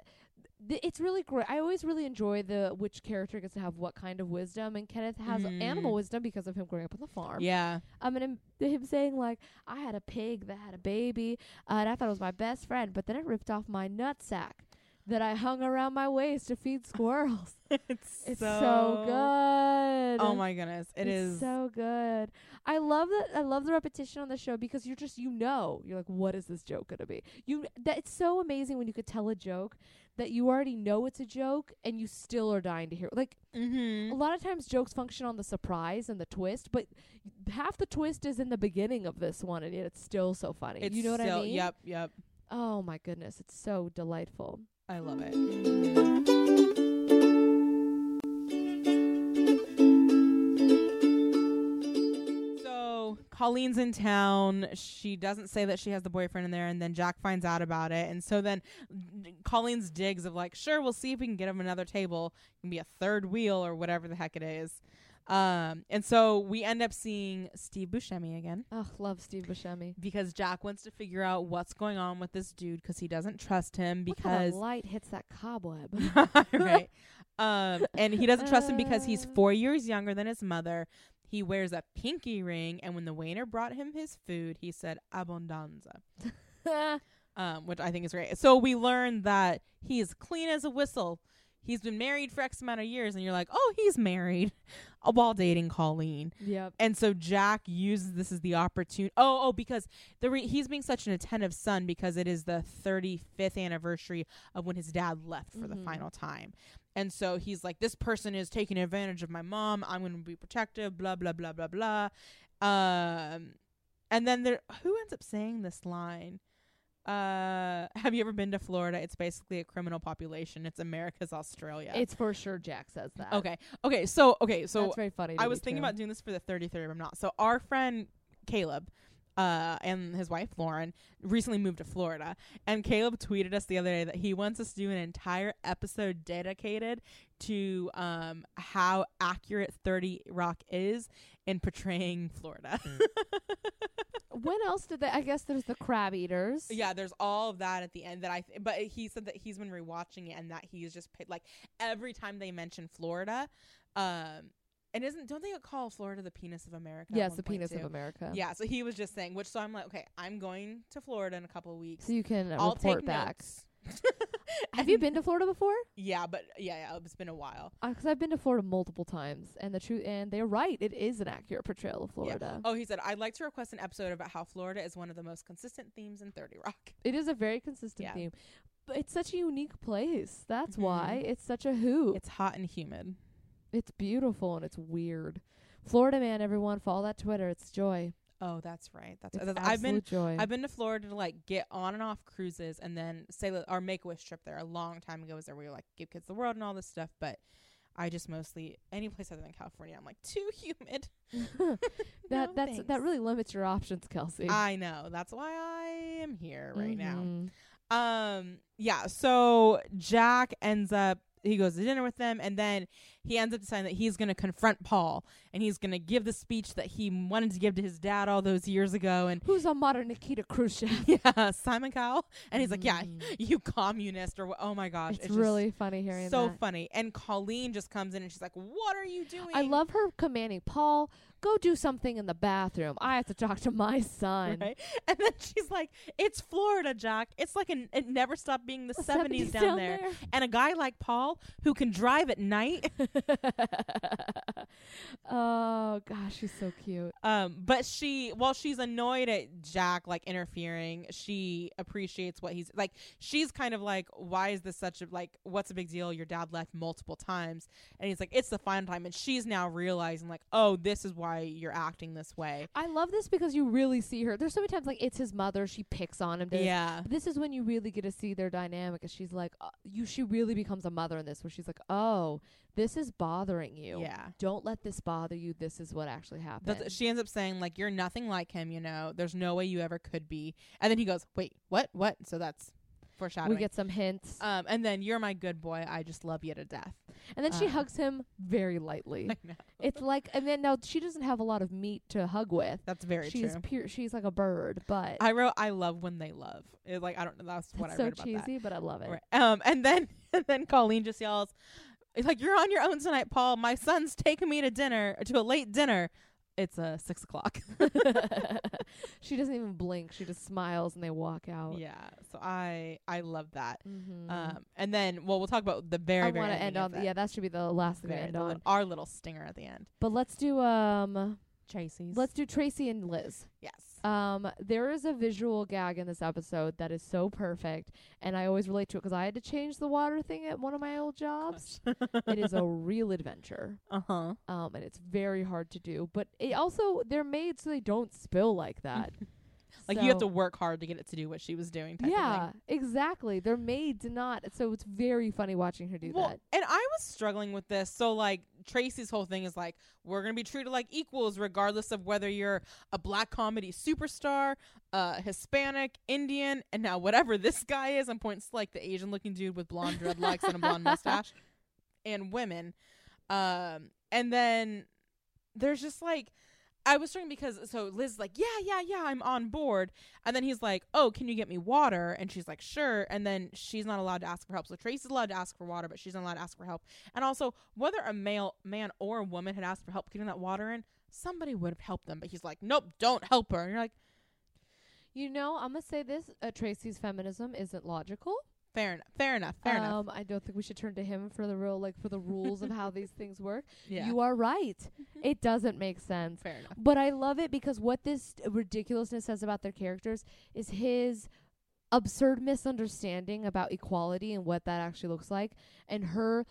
th- it's really great. I always really enjoy the which character gets to have what kind of wisdom, and Kenneth has Mhm. animal wisdom because of him growing up on the farm. Yeah. I mean, him, him saying like, "I had a pig that had a baby, uh, and I thought it was my best friend, but then it ripped off my nutsack that I hung around my waist to feed squirrels." it's, It's so, good. Oh my goodness, it it's is. so good. I love that. I love the repetition on the show because you're just you know you're like, what is this joke gonna be? You that it's so amazing when you could tell a joke that you already know it's a joke and you still are dying to hear. Like a mm-hmm. lot of times jokes function on the surprise and the twist, but half the twist is in the beginning of this one, and yet it's still so funny. It's you know what so- I mean? Yep, yep. Oh my goodness, it's so delightful. I love it. So Colleen's in town. She doesn't say that she has the boyfriend in there, and then Jack finds out about it. And so then Colleen's digs of like, sure, we'll see if we can get him another table. It can be a third wheel or whatever the heck it is. Um, and so we end up seeing Steve Buscemi again Oh, love Steve Buscemi. because Jack wants to figure out what's going on with this dude because he doesn't trust him Look how that because light hits that cobweb. right. Um, and he doesn't trust him because he's Uh. four years younger than his mother. He wears a pinky ring, and when the waiter brought him his food, he said abondanza, um, which I think is great. So we learn that he is clean as a whistle. He's been married for X amount of years, and you're like, oh, he's married uh, while dating Colleen. yep. And so Jack uses this as the opportunity. Oh, oh, because the re- he's being such an attentive son because it is the 35th anniversary of when his dad left for the Mhm. final time. And so he's like, this person is taking advantage of my mom. I'm going to be protective. Blah blah blah blah blah. Um, and then there, who ends up saying this line? Uh, have you ever been to Florida? It's basically a criminal population. It's America's Australia. It's for sure Jack says that. okay. Okay. So okay. So That's very funny. to I me, was thinking too. about doing this for the 33rd, but I'm not. So our friend Caleb uh, and his wife Lauren recently moved to Florida, and Caleb tweeted us the other day that he wants us to do an entire episode dedicated to um, how accurate 30 Rock is in portraying Florida. Mm. When else did they? I guess there's the crab eaters. yeah, there's all of that at the end that I. Th- but he said that he's been rewatching it and that he's just picked, like every time they mention Florida. Um, and isn't don't they call Florida the penis of America? at Yes, one the point, penis too? of America. Yeah, so he was just saying, which so I'm like, okay, I'm going to Florida in a couple of weeks. So you can uh, I'll report take back. notes. Have you And- been to Florida before? Yeah, but yeah, yeah, it's been a while. Because I've been to Florida multiple times, and the truth, and they're right. It is an accurate portrayal of Yeah. Florida. Oh, he said, I'd like to request an episode about how Florida is one of the most consistent themes in 30 Rock. It is a very consistent Yeah. theme, but it's such a unique place. That's Mhm. why it's such a hoot. It's, It's hot and humid. beautiful and it's weird. Florida man, everyone follow that Twitter. It's joy. Oh, that's right. That's, It's that's absolute I've been joy. I've been to Florida to like get on and off cruises and then say that our make a wish trip there a long time ago was there we were like give kids the world and all this stuff, but I just mostly any place other than California, I'm like too humid. that No, that's that thanks. really limits your options, Kelsey. Mm-hmm. I know. That's why I am here right now. Um yeah, so Jack ends up he goes to dinner with them and then he ends up deciding that he's going to confront Paul and he's going to give the speech that he wanted to give to his dad all those years ago and Who's a modern Nikita Khrushchev? yeah, Simon Cowell and he's like, "Yeah, Mm. you communist or wha- oh my gosh, It's, it's, really funny hearing just so that. funny." And Colleen just comes in and she's like, "What are you doing?" I love her commanding Paul, go do something in the bathroom. I have to talk to my son. Right? And then she's like, "It's Florida, Jack. It's like an, it never stopped being the The seventies 70s down, there. and a guy like Paul who can drive at night. oh gosh, she's so cute. Um, but she, while she's annoyed at Jack like interfering, she appreciates what he's like. She's kind of like, why is this such a like? What's a big deal? Your dad left multiple times, and he's like, it's the final time. And she's now realizing like, oh, this is why why you're acting this way. I love this because you really see her. There's so many times like it's his mother. She picks on him. does- Yeah. This is when you really get to see their dynamic. Is she's like, uh, you. She really becomes a mother in this, where she's like, oh, this is bothering you. Yeah. Don't let this bother you. This is what actually happened. That's, she ends up saying like, "You're nothing like him," you know. There's no way you ever could be. And then he goes, "Wait, what? What?" So that's foreshadowing. we get some hints, um, and then you're my good boy. I just love you to death. and then she uh, hugs him very lightly. I know. it's like, and then now she doesn't have a lot of meat to hug with. That's very she's true. pure. She's like a bird, but I wrote, "I love when they love." It, like I don't know. That's what that's I so wrote about that. cheesy, but I love it. Right. Um, and then and then Colleen just yells, "It's like you're on your own tonight, Paul. My son's taking me to dinner to a late dinner. It's uh six o'clock." she doesn't even blink. She just smiles, and they walk out. yeah. So I I love that. Oh. Mm-hmm. Um, and then well we'll talk about the very I very want to end ending of on. that. Yeah, that should be the last thing we Very- end the on. li- our little stinger at the end. But let's do um Tracy's. let's do Tracy and Liz. yes. Um there is a visual gag in this episode that is so perfect and I always relate to it cuz I had to change the water thing at one of my old jobs. it is a real adventure. Uh huh. Um and it's very hard to do, but it also they're made so they don't spill like that. Like you have So- to work hard to get it to do what she was doing. Type Of thing. Yeah, exactly. They're made to not. So it's very funny watching her do Well, that. and I was struggling with this. So like Tracy's whole thing is like we're gonna be treated like equals regardless of whether you're a black comedy superstar, uh, Hispanic, Indian, and now whatever this guy is, and points to like the Asian looking dude with blonde dreadlocks and a blonde mustache, and women. Um, and then there's just like I was struggling because so Liz is like yeah yeah yeah I'm on board, and then he's like, "Oh, can you get me water?" And she's like, "Sure." And then she's not allowed to ask for help. So Tracy's allowed to ask for water, but she's not allowed to ask for help. And also, whether a male man or a woman had asked for help getting that water in, somebody would have helped them. But he's like, "Nope, don't help her." And you're like, You know, I'm going to say this, uh, Tracy's feminism isn't logical. "Fair enough. Fair enough. Fair enough." Um, I don't think we should turn to him for the real, like for the rules of how these things work. Yeah. Mm-hmm. You are right. It doesn't make sense. fair enough. But I love it because what this ridiculousness says about their characters is his absurd misunderstanding about equality and what that actually looks like, and her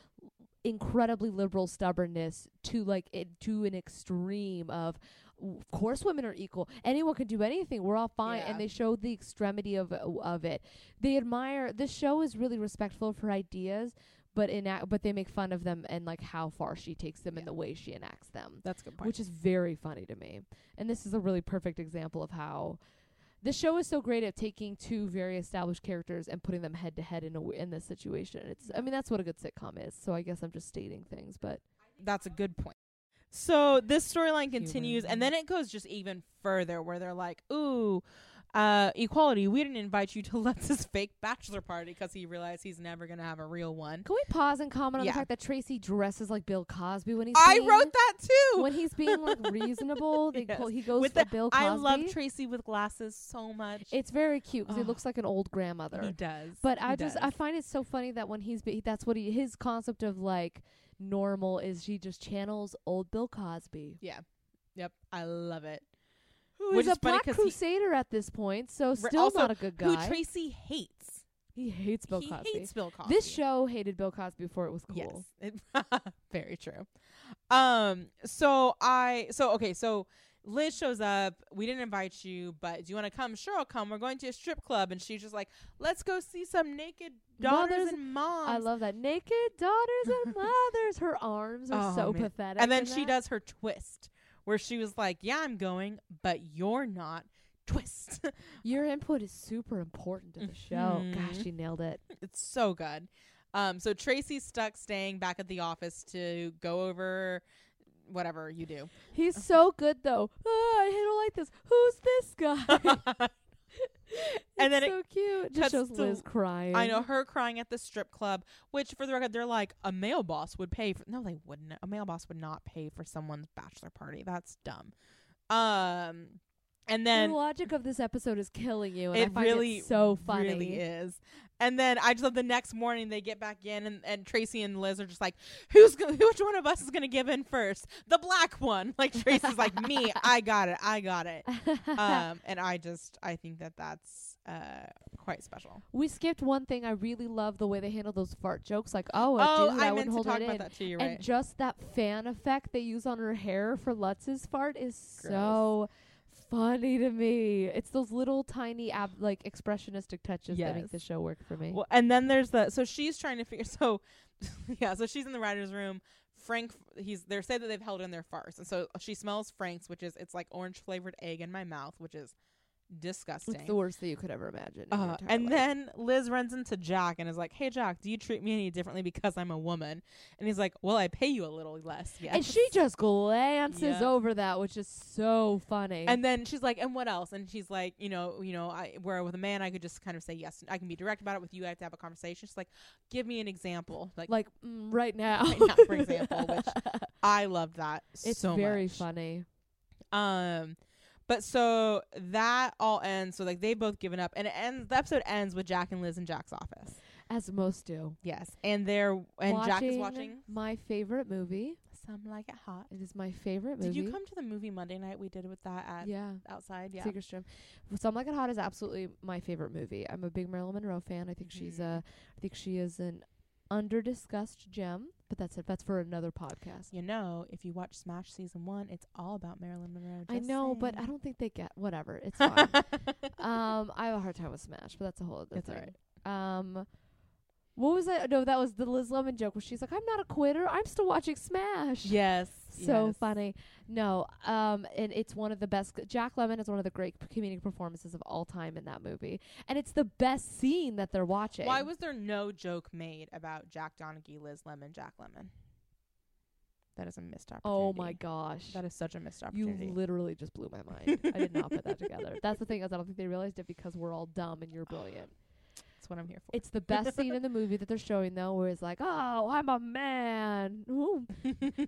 incredibly liberal stubbornness to like it, to an extreme of "W- of course women are equal anyone can do anything we're all fine Yeah. and they show the extremity of uh, of it they admire this show is really respectful of her ideas but enact but they make fun of them and like how far she takes them Yeah. and the way she enacts them That's a good point. which is very funny to me. And this is a really perfect example of how this show is so great at taking two very established characters and putting them head to head in a w- in this situation. It's I mean that's what a good sitcom is. So I guess I'm just stating things, but That's a good point. So this storyline continues, and then it goes just even further, where they're like, "Ooh, uh, equality. We didn't invite you to Lex's fake bachelor party because he realized he's never gonna have a real one." can we pause and comment on Yeah. the fact that Tracy dresses like Bill Cosby when he's I being- wrote that too. when he's being like reasonable. They Yes. call, he goes With for the- Bill Cosby. I love Tracy with glasses so much. It's very cute because he Ugh. looks like an old grandmother. he does, But He I just I does. find it so funny that when he's be, that's what he his concept of like normal is she just channels old Bill Cosby. yep, I love it. Who Which is is a funny black 'cause he- crusader at this point, so Re- still also, not a good guy. Who Tracy hates. he hates Bill he Cosby. hates Bill Cosby. This show hated Bill Cosby before it was cool. Yes. It- very true. Um so I so okay, so Liz shows up. We didn't invite you, but do you want to come? Sure, I'll come. We're going to a strip club, and she's just like, "Let's go see some naked daughters Mothers- and moms." I love that naked daughters and mothers. Her arms are Oh, so man. pathetic. and then in she that. does her twist, where she was like, "Yeah, I'm going, but you're not." Twist. Your input is super important to the show. Mm-hmm. Gosh, she nailed it. It's so good. Um, so Tracy's stuck staying back at the office to go over whatever you do. He's so good though. Oh, I don't like this. Who's this guy? and then It's it so cute. Just cuts shows to- Liz crying. I know her crying at the strip club, which for the record, they're like a male boss would pay for. No, they wouldn't. A male boss would not pay for someone's bachelor party. That's dumb. Um, And The then logic of this episode is killing you, and I it find really it so funny. really is. And then I just love the next morning they get back in and, and Tracy and Liz are just like, who's go- which one of us is gonna give in first? The black one. Like Tracy's like me. I got it. I got it. Um, and I just I think that that's uh quite special. we skipped one thing. I really love the way they handle those fart jokes. Like, oh, a dude, I, wouldn't meant to hold talk it about in. that too. You're and right. just that fan effect they use on her hair for Lutz's fart is so funny to me. It's those little tiny ab- like expressionistic touches that make Yes. the show work for me. Well, and then there's the so she's trying to figure so yeah so she's in the writers room. Frank he's they're said that they've held in their farts and so she smells Frank's which is it's like orange flavored egg in my mouth which is disgusting. It's the worst that you could ever imagine. in your Uh, entire and life. then Liz runs into Jack and is like, "Hey Jack, do you treat me any differently because I'm a woman?" And he's like, "Well, I pay you a little less." Yes. and she just glances Yeah. over that, which is so funny. And then she's like, "And what else?" And she's like, "You know, you know, I where with a man I could just kind of say yes, I can be direct about it. With you, I have to have a conversation." She's like, "Give me an example." Like, like mm, right now, Right now, for example, which I loved that it's so very much. funny. Um, but so that all ends. So like they both given up, and it ends. The episode ends with Jack and Liz in Jack's office. As most do. Yes, and they're and Jack is watching my favorite movie. Some Like It Hot. It is my favorite movie. Did you come to the movie Monday night we did with that at Yeah. outside? Yeah. Secret Stream. Some Like It Hot is absolutely my favorite movie. I'm a big Marilyn Monroe fan. I think she's Mhm. a, I think she is an underdiscussed gem. But that's it. That's for another podcast. You know, if you watch Smash season one, it's all about Marilyn Monroe. I just know, but I saying. don't think they get whatever. It's fine. um, I have a hard time with Smash, but that's a whole other It's thing. alright. Um, what was that? No, that was the Liz Lemon joke where she's like, "I'm not a quitter. I'm still watching Smash." Yes. So yes. funny. No, um, and it's one of the best. Jack Lemon is one of the great p- comedic performances of all time in that movie, and it's the best scene that they're watching. Why was there no joke made about Jack Donaghy, Liz Lemon, Jack Lemon? That is a missed opportunity. Oh my gosh! That is such a missed You opportunity. literally just blew my mind. I did not put that together. That's the thing is, I don't think they realized it because we're all dumb and you're brilliant. That's what I'm here for. It's the best scene in the movie that they're showing though, where it's like, "Oh, I'm a man. Ooh,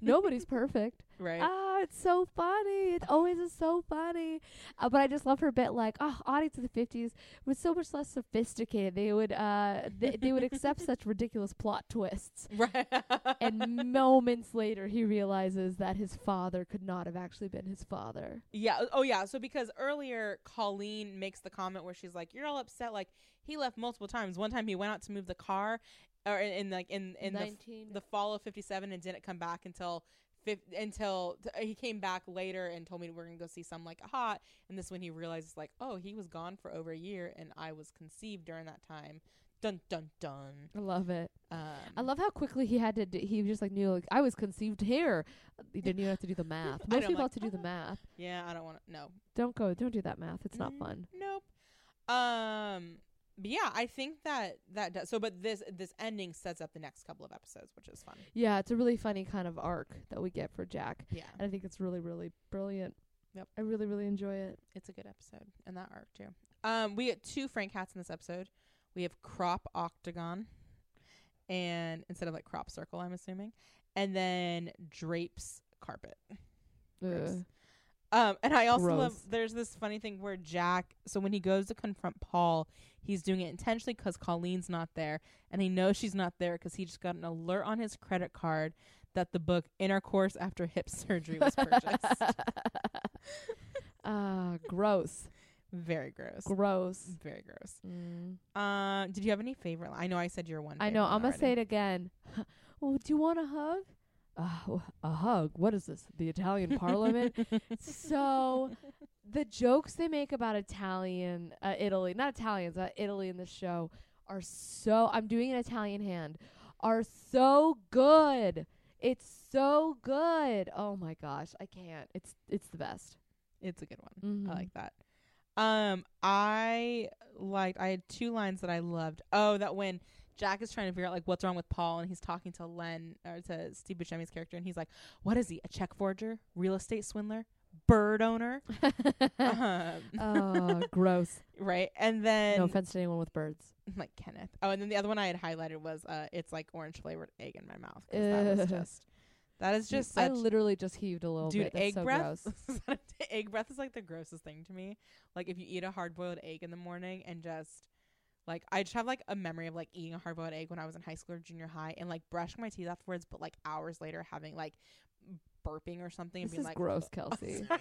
nobody's perfect." right. Ah, it's so funny. It always is so funny. Uh, but I just love her bit like, oh, audience of the fifties was so much less sophisticated. They would uh they, they would accept such ridiculous plot twists. right. And moments later he realizes that his father could not have actually been his father. Yeah. Oh, yeah. So because earlier Colleen makes the comment where she's like, "You're all upset. Like he left multiple times. One time he went out to move the car, or in, in like in in the, nineteen the fall of '57 and didn't come back until." fif- Until t- he came back later and told me we're gonna go see some like a hot, and this when he realizes like, oh, he was gone for over a year, and I was conceived during that time. Dun dun dun. I love it. Um, I love how quickly he had to. D- he just like knew like I was conceived here. He didn't even have to do the math. I Most know, people have like, to do the "Ah." math. Yeah, I don't want to. No, Don't go. Don't do that math. It's not Mm, fun. Nope. Um. But yeah, I think that that does. So, but this this ending sets up the next couple of episodes, which is fun. Yeah, it's a really funny kind of arc that we get for Jack. Yeah, And I think it's really, really brilliant. Yep. I really, really enjoy it. it's a good episode and that arc too. Um, we get two Frank hats in this episode. We have crop octagon, and instead of like crop circle, I'm assuming, and then drapes carpet. Gross. Ugh. Um, and I also love Gross. there's this funny thing where Jack, so when he goes to confront Paul, he's doing it intentionally 'cause Colleen's not there, and he knows she's not there 'cause he just got an alert on his credit card that the book Intercourse After Hip Surgery was purchased. Ah, gross. Very gross. Gross. Very gross. Mm. Um, did you have any favorite? Li- I know I said your one. I know. I'm going to say it again. oh, do you want a hug? Oh, a hug? What is this? The Italian parliament? so the jokes they make about Italian, uh, Italy, not Italians, but Italy in the show are so, I'm doing an Italian hand, are so good. It's so good. Oh my gosh, I can't. It's it's the best. It's a good one. Mhm. I like that. Um, I liked. I had two lines that I loved. Oh, that when Jack is trying to figure out like what's wrong with Paul, and he's talking to Len or to Steve Buscemi's character, and he's like, "What is he? A check forger? Real estate swindler? Bird owner?" um, Mm-hmm. oh, gross. right. And then no offense to anyone with birds. like Kenneth. Oh, and then the other one I had highlighted was, uh, "It's like orange flavored egg in my mouth." 'cause that was Ugh. just That is just such I literally just heaved a little dude bit. That's egg so breath. gross. egg breath is like the grossest thing to me. Like if you eat a hard boiled egg in the morning and just like I just have like a memory of like eating a hard boiled egg when I was in high school or junior high and like brushing my teeth afterwards, but like hours later having like burping or something and This being is like gross, "I'm Kelsey. sorry."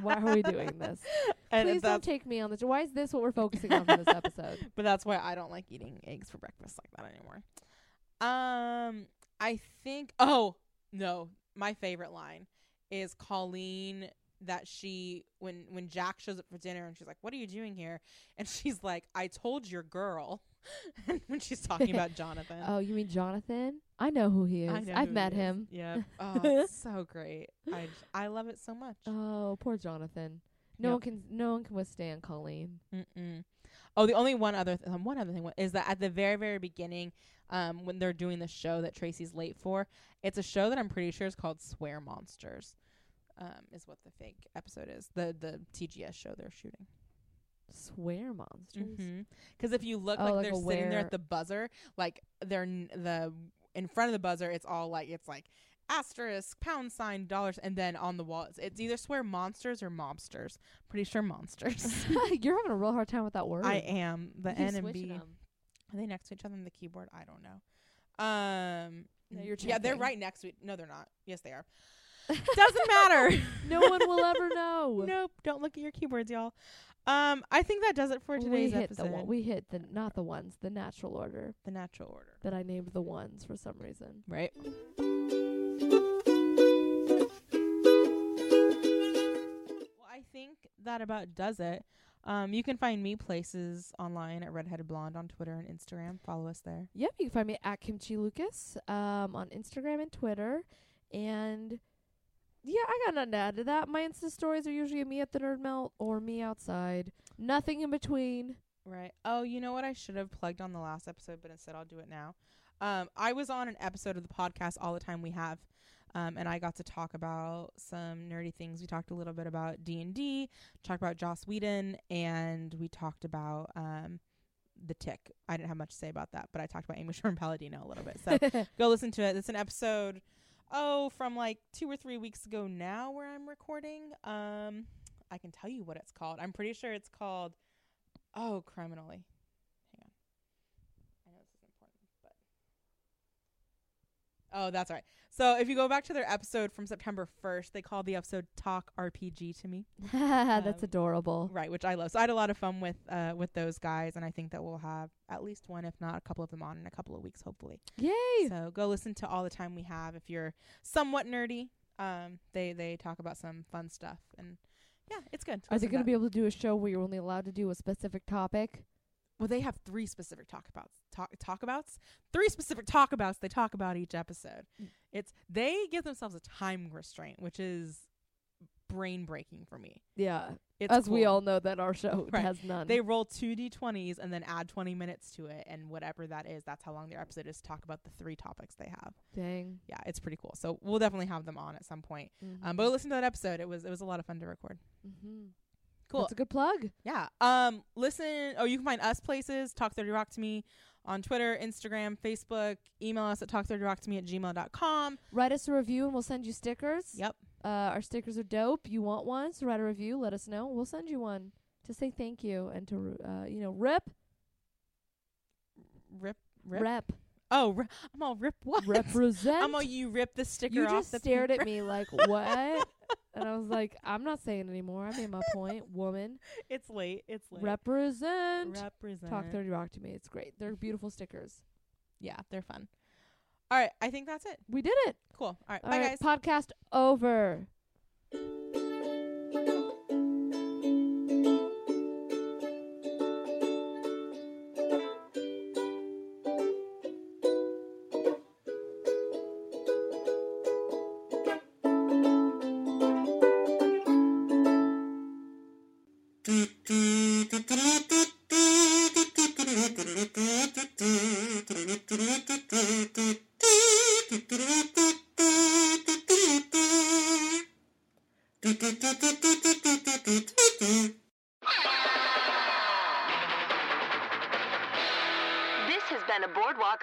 Why are we doing this? and Please don't that's, take me on this. Why is this what we're focusing on for this episode? but that's why I don't like eating eggs for breakfast like that anymore. Um, I think. Oh no, my favorite line is Colleen that she when when Jack shows up for dinner and she's like, "What are you doing here?" and she's like, "I told your girl," and when she's talking about Jonathan. Oh, you mean Jonathan? I know who he is. I know I've who met it is. him. Yep. Oh, it's so great. I j- I love it so much. Oh, poor Jonathan. No Yep. one can no one can withstand Colleen. Mm-mm. Oh, the only one other th- um, one other thing wa- is that at the very very beginning, um, when they're doing the show that Tracy's late for, it's a show that I'm pretty sure is called Swear Monsters, um, is what the fake episode is. The the TGS show they're shooting. Swear monsters. Because if you look Oh, like, like they're a sitting there where- at the buzzer, like they're n- the in front of the buzzer, it's all like it's like asterisk, pound sign, dollars, and then on the wall, it's, it's either Swear Monsters or Mobsters. Pretty sure Monsters. You're having a real hard time with that word. Mm-hmm. I am the You keep N and switching B. 'em. Are they next to each other on the keyboard? I don't know. Um, No, you're yeah, they're checking. right next to. e- No, they're not. Yes, they are. Doesn't matter. no one will ever know. nope. Don't look at your keyboards, y'all. Um, I think that does it for we today's hit episode. the one. We hit the not the ones, the natural order the natural order, that I named the ones for some reason. right? Well, I think that about does it. Um, you can find me places online at Redheaded Blonde on Twitter and Instagram. Follow us there. Yep, you can find me at Kimchi Lucas um, on Instagram and Twitter, and yeah, I got nothing to add to that. My Insta stories are usually me at the Nerd Melt or me outside, nothing in between. Right. Oh, you know what I should have plugged on the last episode, but instead I'll do it now. Um, I was on an episode of the podcast all the time we have, um, and I got to talk about some nerdy things. We talked a little bit about D and D, talked about Joss Whedon, and we talked about um, the Tick. I didn't have much to say about that, but I talked about Amy Sherman Palladino a little bit. So go listen to it. It's an episode, oh, from like two or three weeks ago now where I'm recording. Um, I can tell you what it's called. I'm pretty sure it's called, oh, criminally. Hang on. I know this is important, but. Oh, that's all right. So if you go back to their episode from September 1st, they called the episode Talk RPG to Me. That's Um, adorable. Right, which I love. So I had a lot of fun with uh, with those guys, and I think that we'll have at least one, if not a couple of them on in a couple of weeks, hopefully. Yay! So go listen to all the time we have if you're somewhat nerdy. Um, they they talk about some fun stuff and yeah, it's good. Are they going to be able to do a show where you're only allowed to do a specific topic? Well, they have three specific talk abouts. Talk talk abouts. Three specific talk abouts. They talk about each episode. It's they give themselves a time restraint, which is brain breaking for me. Yeah, It's as we cool. all know, that our show Right. has none. They roll two d20s and then add 20 minutes to it, and whatever that is, that's how long their episode is. to Talk about the three topics they have. Dang. Yeah, it's pretty cool. So we'll definitely have them on at some point. Um, but listen to that episode. It was it was a lot of fun to record. mm-hmm. Cool. That's a good plug. yeah. Um, listen. Oh, you can find us places. Talk Thirty Rock to me on Twitter, Instagram, Facebook. Email us at talk Thirty Rock to me at gmail dot com. Write us a review and we'll send you stickers. Yep. Uh, our stickers are dope. You want one? So write a review. Let us know. We'll send you one to say thank you and to uh, you know rip Rip. Rip. rep Oh, ri- I'm all rip. What? represent. I'm all you rip the sticker you off. just the stared at paper. me like what? and I was like, I'm not saying anymore. I made my point, woman. It's late. It's late. Represent. Represent. Talk Dirty Rock to me. It's great. They're beautiful stickers. Yeah, they're fun. All right. I think that's it. We did it. Cool. All right. All bye, right, guys. podcast over. This has been been a Boardwalk